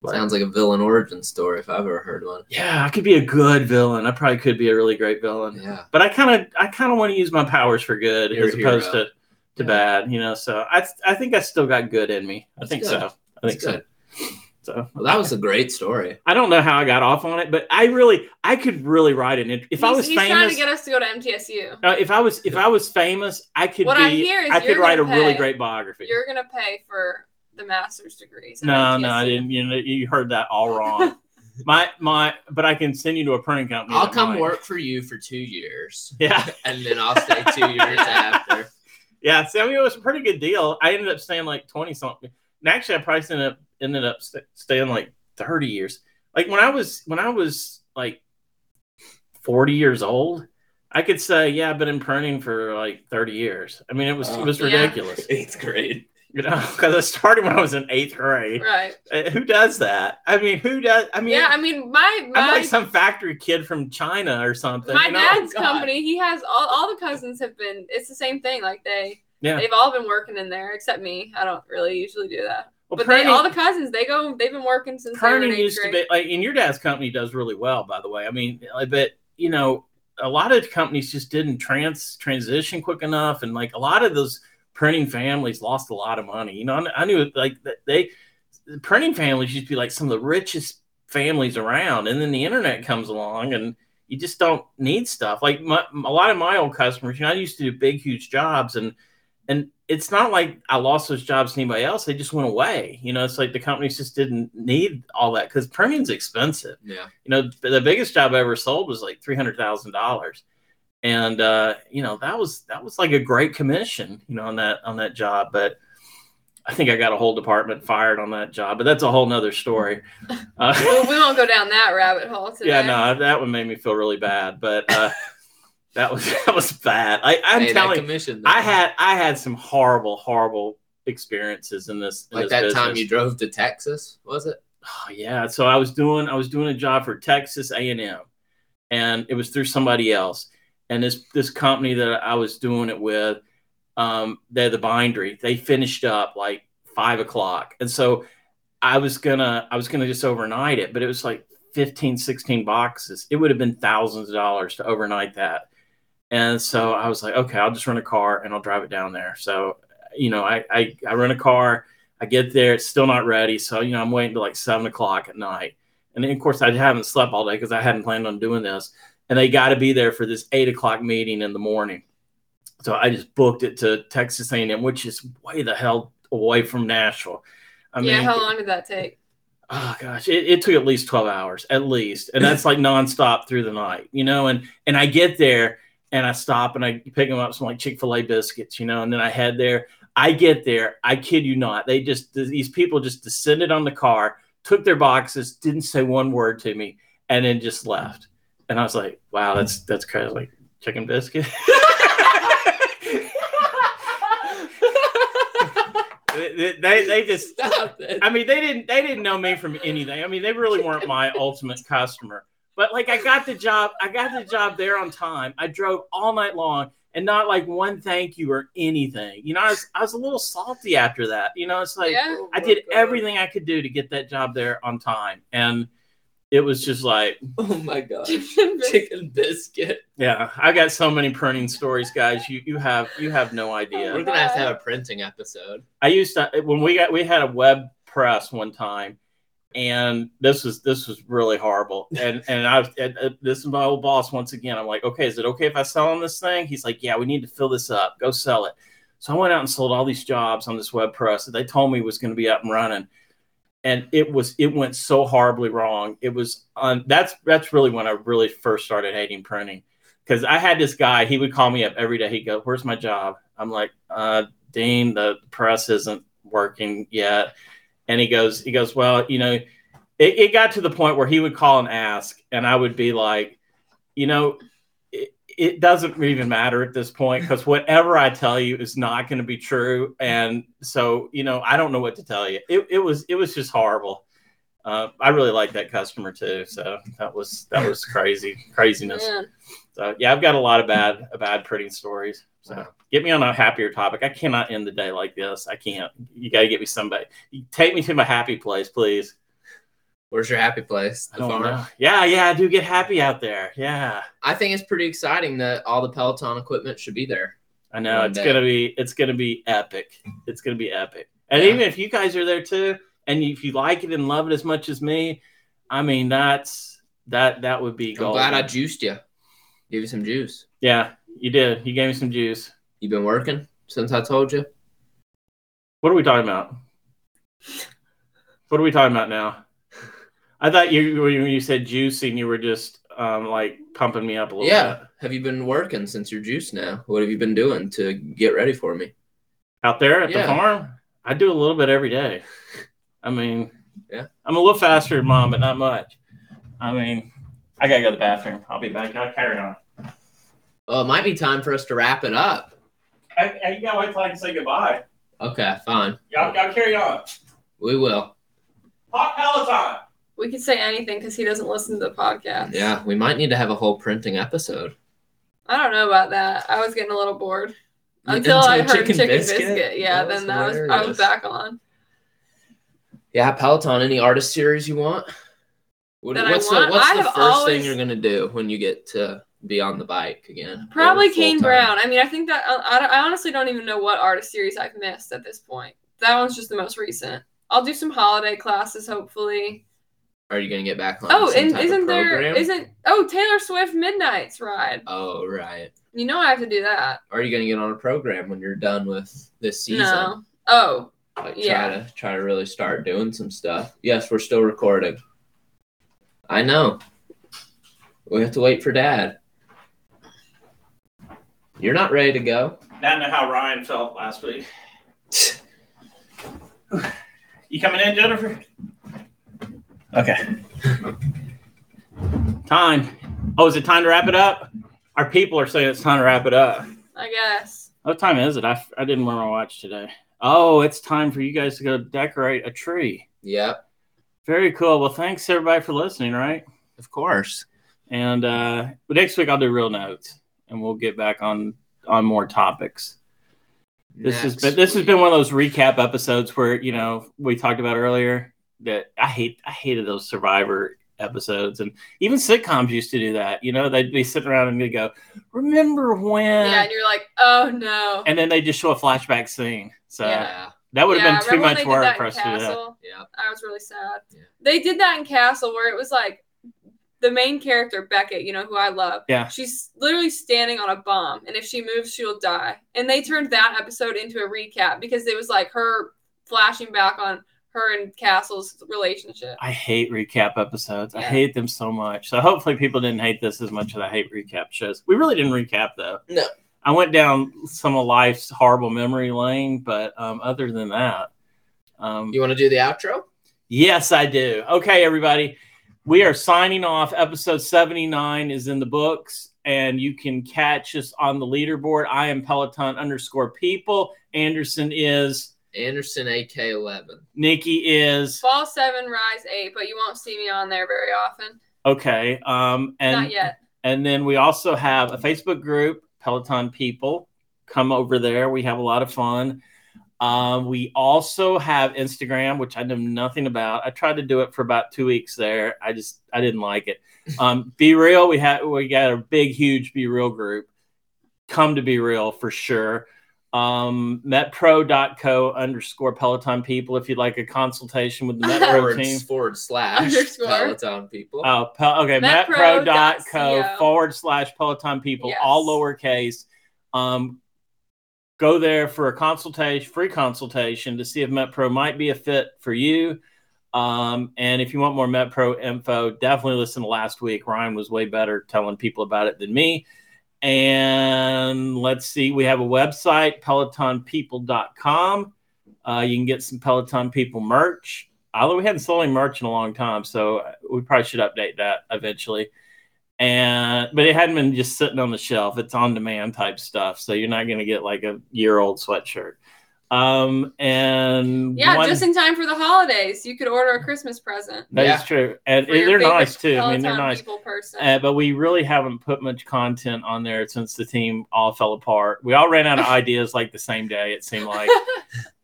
C: Right.
A: Sounds like a villain origin story if I've ever heard one.
C: yeah, I could be a good villain. I probably could be a really great villain.
A: Yeah.
C: but I kind of I kind of want to use my powers for good
A: You're
C: as
A: a
C: opposed
A: hero.
C: to to
A: Yeah.
C: bad, you know. So I I think I still got good in me. I
A: That's
C: think
A: good.
C: so. I
A: That's
C: think so.
A: good.
C: So
A: Well, that was a great story.
C: I don't know how I got off on it, but I really I could really write an int- if I
B: He's-
C: was
B: he's trying
C: famous.
B: to get us to go to MTSU.
C: no, if I was if I was famous, I could
B: What
C: be.
B: I hear is
C: I could
B: you're
C: write a
B: gonna
C: really
B: pay.
C: great biography.
B: You're gonna pay for the master's degrees. at
C: No, no, I
B: MTSU.
C: didn't. You know, you heard that all wrong. my my, but I can send you to a printing company.
A: I'll
C: that
A: come
C: might.
A: work for you for two years,
C: Yeah.
A: and then I'll stay two years after.
C: Yeah, see, I mean, it was a pretty good deal. I ended up staying like twenty something, and actually, I probably ended up ended up st- staying like thirty years. Like when I was when I was like forty years old, I could say, yeah, I've been in printing for like thirty years. I mean, it was it was
B: Yeah.
C: ridiculous,
A: Eighth grade.
C: you know, because I started when I was in eighth grade.
B: Right.
C: Uh, Who does that? I mean, who does? I mean,
B: yeah, I mean, my
C: I'm
B: my
C: like some factory kid from China or something.
B: my
C: you know?
B: dad's
C: God.
B: company he has all, all the cousins have been it's the same thing like they
C: Yeah.
B: they've all been working in there except me i don't really usually do that
C: Well,
B: but
C: printing-
B: they all the cousins they go they've been working since they were in
C: Kernan
B: eighth
C: used to
B: grade.
C: be like, and your dad's company does really well, by the way. I mean, I bet you know a lot of companies just didn't trans transition quick enough, and like a lot of those printing families lost a lot of money. You know, I, I knew like that they the printing families used to be like some of the richest families around, and then the internet comes along and. You just don't need stuff like my, a lot of my old customers. You know, I used to do big, huge jobs, and and it's not like I lost those jobs to anybody else. They just went away. You know, it's like the companies just didn't need all that because printing's expensive.
A: Yeah.
C: You know, th- the biggest job I ever sold was like three hundred thousand dollars, and uh, you know that was that was like a great commission. You know, on that on that job, but I think I got a whole department fired on that job. But that's a whole nother story. Uh,
B: Well, we won't go down that rabbit hole today
C: yeah, no, that one made me feel really bad. But uh, that was that was bad. I, I'm
A: Hey, that
C: telling.
A: commission.
C: I had I had some horrible, horrible experiences in this. In
A: like
C: this
A: that
C: business.
A: time you drove to Texas, was it?
C: Oh, yeah. So I was doing I was doing a job for Texas A and M, and it was through somebody else. And this this company that I was doing it with, um, they're the bindery. They finished up like five o'clock, and so I was gonna I was gonna just overnight it, but it was like 15, 16 boxes. It would have been thousands of dollars to overnight that. And so I was like, okay, I'll just rent a car and I'll drive it down there. So, you know, I I, I rent a car. I get there, it's still not ready. So, you know, I'm waiting till like seven o'clock at night. And then, of course, I haven't slept all day because I hadn't planned on doing this. And they got to be there for this eight o'clock meeting in the morning. So I just booked it to Texas A&M, which is way the hell away from Nashville. I
B: yeah how long did that take
C: oh gosh it, it took at least 12 hours at least and that's like nonstop through the night you know and and i get there and i stop and i pick them up some like chick-fil-a biscuits you know and then i head there i get there i kid you not they just these people just descended on the car took their boxes didn't say one word to me and then just left and i was like wow that's that's crazy like chicken biscuit They, they, they just
A: Stop it.
C: I mean, they didn't they didn't know me from anything. I mean, they really weren't my ultimate customer. But like I got the job, I got the job there on time. I drove all night long and not like one thank you or anything. You know, I was I was a little salty after that. You know, it's like
B: yeah.
C: I did everything I could do to get that job there on time. And it was just like,
A: Oh my god.
B: Chicken
A: Chicken biscuit.
C: yeah, I got so many printing stories, guys. You you have you have no idea.
A: We're gonna have to have a printing episode.
C: I used to when we got we had a web press one time, and this was this was really horrible. And and I was- and, uh, this is my old boss once again. I'm like, okay, is it okay if I sell him this thing? He's like, yeah, we need to fill this up. Go sell it. So I went out and sold all these jobs on this web press that they told me was going to be up and running, and it was it went so horribly wrong. It was on that's that's really when I really first started hating printing because I had this guy. He would call me up every day. He'd go, "Where's my job?" I'm like, uh, "Dean, the press isn't working yet." And he goes, "He goes, well, you know, it, it got to the point where he would call and ask, and I would be like, you know." it- It doesn't even matter at this point because whatever I tell you is not going to be true, and so you know I don't know what to tell you. It, it was it was just horrible. Uh, I really like that customer too, so that was that was crazy craziness.
B: Man.
C: So yeah, I've got a lot of bad bad printing stories. So
A: Wow.
C: get me on a happier topic. I cannot end the day like this. I can't. You got to get me somebody. You take me to my happy place, please.
A: Where's your happy place?
C: I
A: The
C: don't
A: farm.
C: know. Yeah, yeah, I do get happy out there. Yeah,
A: I think it's pretty exciting that all the Peloton equipment should be there.
C: I know.
A: One
C: it's
A: day.
C: gonna be it's gonna be epic. It's gonna be epic. And
A: Yeah.
C: even if you guys are there too, and if you like it and love it as much as me, I mean that's that that would be
A: I'm
C: gold.
A: glad I juiced you. Give you some juice.
C: yeah, you did. You gave me some juice.
A: You've been working since I told you.
C: What are we talking about? What are we talking about now? I thought you when you said juicing, you were just um, like pumping me up a little.
A: Yeah.
C: bit.
A: Have you been working since your juice now? What have you been doing to get ready for me?
C: out there at
A: Yeah.
C: the farm, I do a little bit every day. I mean,
A: Yeah.
C: I'm a little faster than mom, but not much. I mean, I gotta go to the bathroom. I'll be back. I'll carry on.
A: Well, Oh, it might be time for us to wrap it up.
C: I, I, you gotta wait till I can say goodbye.
A: Okay, fine.
C: Y'all, y'all carry on.
A: We will.
C: Hot Peloton.
B: We can say anything because he doesn't listen to the podcast.
A: Yeah, we might need to have a whole printing episode.
B: I don't know about that. I was getting a little bored until I heard chicken, biscuit. Yeah,
A: That was
B: then that was I was
A: hilarious.
B: back on.
A: Yeah, Peloton. Any artist series you want? What,
B: That I
A: what's
B: want?
A: the what's
B: I
A: the
B: have
A: first
B: always-
A: thing you're gonna do when you get to be on the bike again?
B: Probably
A: Or
B: Kane
A: full-time?
B: Brown. I mean, I think that I, I- I honestly don't even know what artist series I've missed at this point. That one's just the most recent. I'll do some holiday classes hopefully.
A: Are you gonna get back on?
B: Oh,
A: some
B: and
A: type of
B: isn't there
A: program?
B: isn't oh Taylor Swift Midnight's ride?
A: Oh right.
B: You know I have to do that.
A: Are you gonna get on a program when you're done with this season?
B: No. Oh,
A: Like try
B: Yeah.
A: to try to really start doing some stuff. Yes, we're still recording. I know. We have to wait for Dad. You're not ready to go.
C: Now I know how Ryan felt last week. You coming in, Jennifer? Okay. Time. Oh, is it time to wrap it up? Our people are saying it's time to wrap it up.
B: I guess.
C: What time is it? I, I didn't wear my watch today. Oh, it's time for you guys to go decorate a tree.
A: Yep.
C: Very cool. Well, thanks everybody for listening, right?
A: Of course.
C: And uh, but next week I'll do real notes and we'll get back on on more topics. This has been this has been one of those recap episodes where you know we talked about earlier that I hate I hated those Survivor episodes and even sitcoms used to do that. You know they'd be sitting around and they'd go, "Remember when?"
B: Yeah, and you're like, oh no.
C: And then they just show a flashback scene. So
A: Yeah.
C: that would have
B: yeah,
C: been too
B: remember when they
C: much
B: did
C: work
B: that
C: for
B: in
C: us to do that.
B: Castle?
A: Yeah.
B: I was really sad.
A: Yeah.
B: They did that in Castle where it was like the main character, Beckett, you know, who I love.
C: Yeah.
B: She's literally standing on a bomb, and if she moves, she'll die. And they turned that episode into a recap because it was like her flashing back on her and Castle's relationship.
C: I hate recap episodes. I
B: Yeah.
C: hate them so much. So hopefully people didn't hate this as much as I hate recap shows. We really didn't recap though.
A: No.
C: I went down some of life's horrible memory lane, but um, other than that, um,
A: You want to do the outro?
C: yes, I do. Okay, everybody, we are signing off. Episode seventy nine is in the books, and you can catch us on the leaderboard. I am Peloton underscore people. Anderson is
A: Anderson AK11.
C: Nikki is
B: Fall seven, rise eight, but you won't see me on there very often.
C: okay. Um, and
B: Not yet.
C: And then we also have a Facebook group, Peloton People. Come over there. We have a lot of fun. Um, we also have Instagram, which I know nothing about. I tried to do it for about two weeks there. I just I didn't like it. Um, Be real. We had we got a big, huge Be real group. Come to Be real for sure. Um, metpro.co underscore Peloton people. If you'd like a consultation with the Metpro
A: Forward,
C: team,
A: forward slash
B: Underscore.
A: Peloton people.
C: Oh, Pel- okay.
B: Metpro.co.
C: Metpro.co forward slash Peloton people,
B: Yes.
C: all lowercase. Um, go there for a consultation, free consultation to see if MetPro might be a fit for you. Um, and if you want more MetPro info, definitely listen to last week. Ryan was way better telling people about it than me. And let's see, we have a website, pelotonpeople.com. Uh, you can get some Peloton People merch. Although we haven't sold any merch in a long time, so we probably should update that eventually. And but it hadn't been just sitting on the shelf. It's on demand type stuff, so you're not going to get like a year old sweatshirt. Um, and
B: Yeah,
C: one-
B: just in time for the holidays. You could order a Christmas present.
C: that is
A: Yeah.
C: true, and
B: for your
C: they're
B: favorite
C: nice too. I mean, they're
B: Peloton
C: nice.
B: People person.
C: Uh, but we really haven't put much content on there since the team all fell apart. We all ran out of ideas like the same day, it seemed like.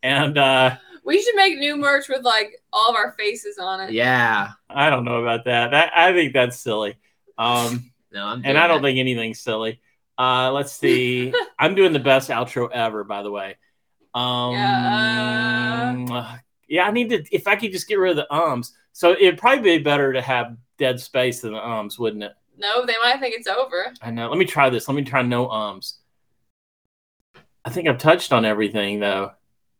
C: and uh,
B: we should make new merch with like all of our faces on it.
A: Yeah.
C: I don't know about that. that I think that's silly. Um,
A: No, I'm
C: and I don't think anything's silly. Uh, let's see. I'm doing the best outro ever, by the way. Um,
B: Yeah,
C: yeah, I need to. If I could just get rid of the ums, so it'd probably be better to have dead space than the ums, wouldn't it?
B: No, they might think it's over.
C: I know. Let me try this. Let me try no ums. I think I've touched on everything though.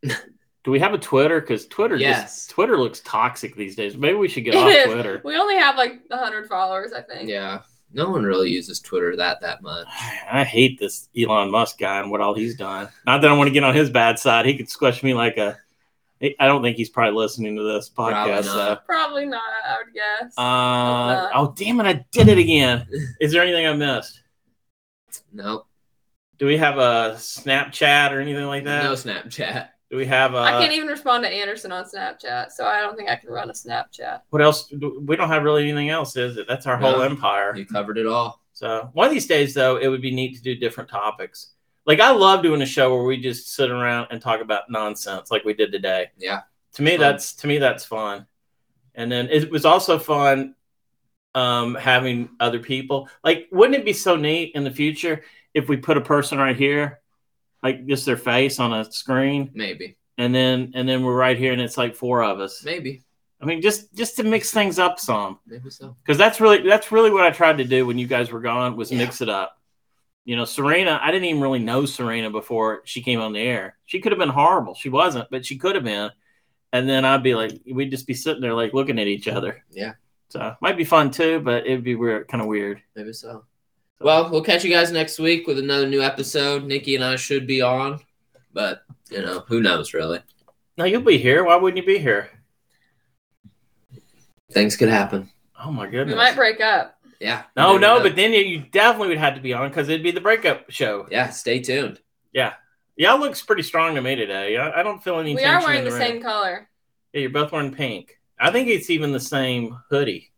C: Do we have a Twitter? Because Twitter
A: Yes.
C: just Twitter looks toxic these days. Maybe we should get
B: It
C: off
B: is.
C: Twitter.
B: We only have like hundred followers, I think.
A: Yeah. No one really uses Twitter that that much.
C: I hate this Elon Musk guy and what all he's done. Not that I want to get on his bad side. He could squash me like a. I don't think he's probably listening to this podcast.
A: Probably
C: So.
A: not.
B: Probably not, I would guess.
C: Uh,
B: not.
C: oh damn it! I did it again. Is there anything I missed?
A: Nope.
C: Do we have a Snapchat or anything like that?
A: No Snapchat.
C: Do we have uh, a?
B: I can't even respond to Anderson on Snapchat, so I don't think I can run a Snapchat.
C: what else? do- We don't have really anything else, is it? That's our whole
A: e- No.
C: empire.
A: You covered it all.
C: So one of these days, though, it would be neat to do different topics. Like I love doing a show where we just sit around and talk about nonsense, like we did today.
A: Yeah.
C: To me,
A: Fun.
C: that's to me that's fun. And then it was also fun um, having other people. Like, wouldn't it be so neat in the future if we put a person right here, like just their face on a screen,
A: Maybe.
C: and then and then we're right here, and it's like four of us.
A: Maybe.
C: I mean, just just to mix things up some
A: Maybe so.
C: because that's really that's really what I tried to do when you guys were gone was
A: Yeah.
C: mix it up. You know, Serena, I didn't even really know Serena before she came on the air. She could have been horrible. She wasn't, but she could have been. And then I'd be like, we'd just be sitting there like looking at each other.
A: Yeah.
C: So might be fun too, but it'd be weird, kind of weird.
A: Maybe so. Well, we'll catch you guys next week with another new episode. Nikki and I should be on, but you know who knows really.
C: Now you'll be here. Why wouldn't you be here?
A: Things could happen.
C: Oh my
B: We
C: goodness.
B: might break up.
A: Yeah.
C: no,
A: You never
C: no,
A: know.
C: but then you, you definitely would have to be on because it'd be the breakup show.
A: yeah, stay tuned.
C: Y'all looks pretty strong to me today. I, I don't feel any.
B: We are
C: tension
B: wearing
C: in
B: the
C: room.
B: same color.
C: Yeah, you're both wearing pink. I think it's even the same hoodie.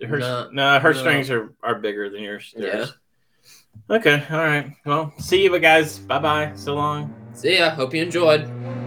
C: Her,
A: No,
C: no, her
A: no.
C: strings are, are bigger than yours. theirs. Okay, all right. Well, see you guys. Bye bye. So long.
A: See ya. Hope you enjoyed.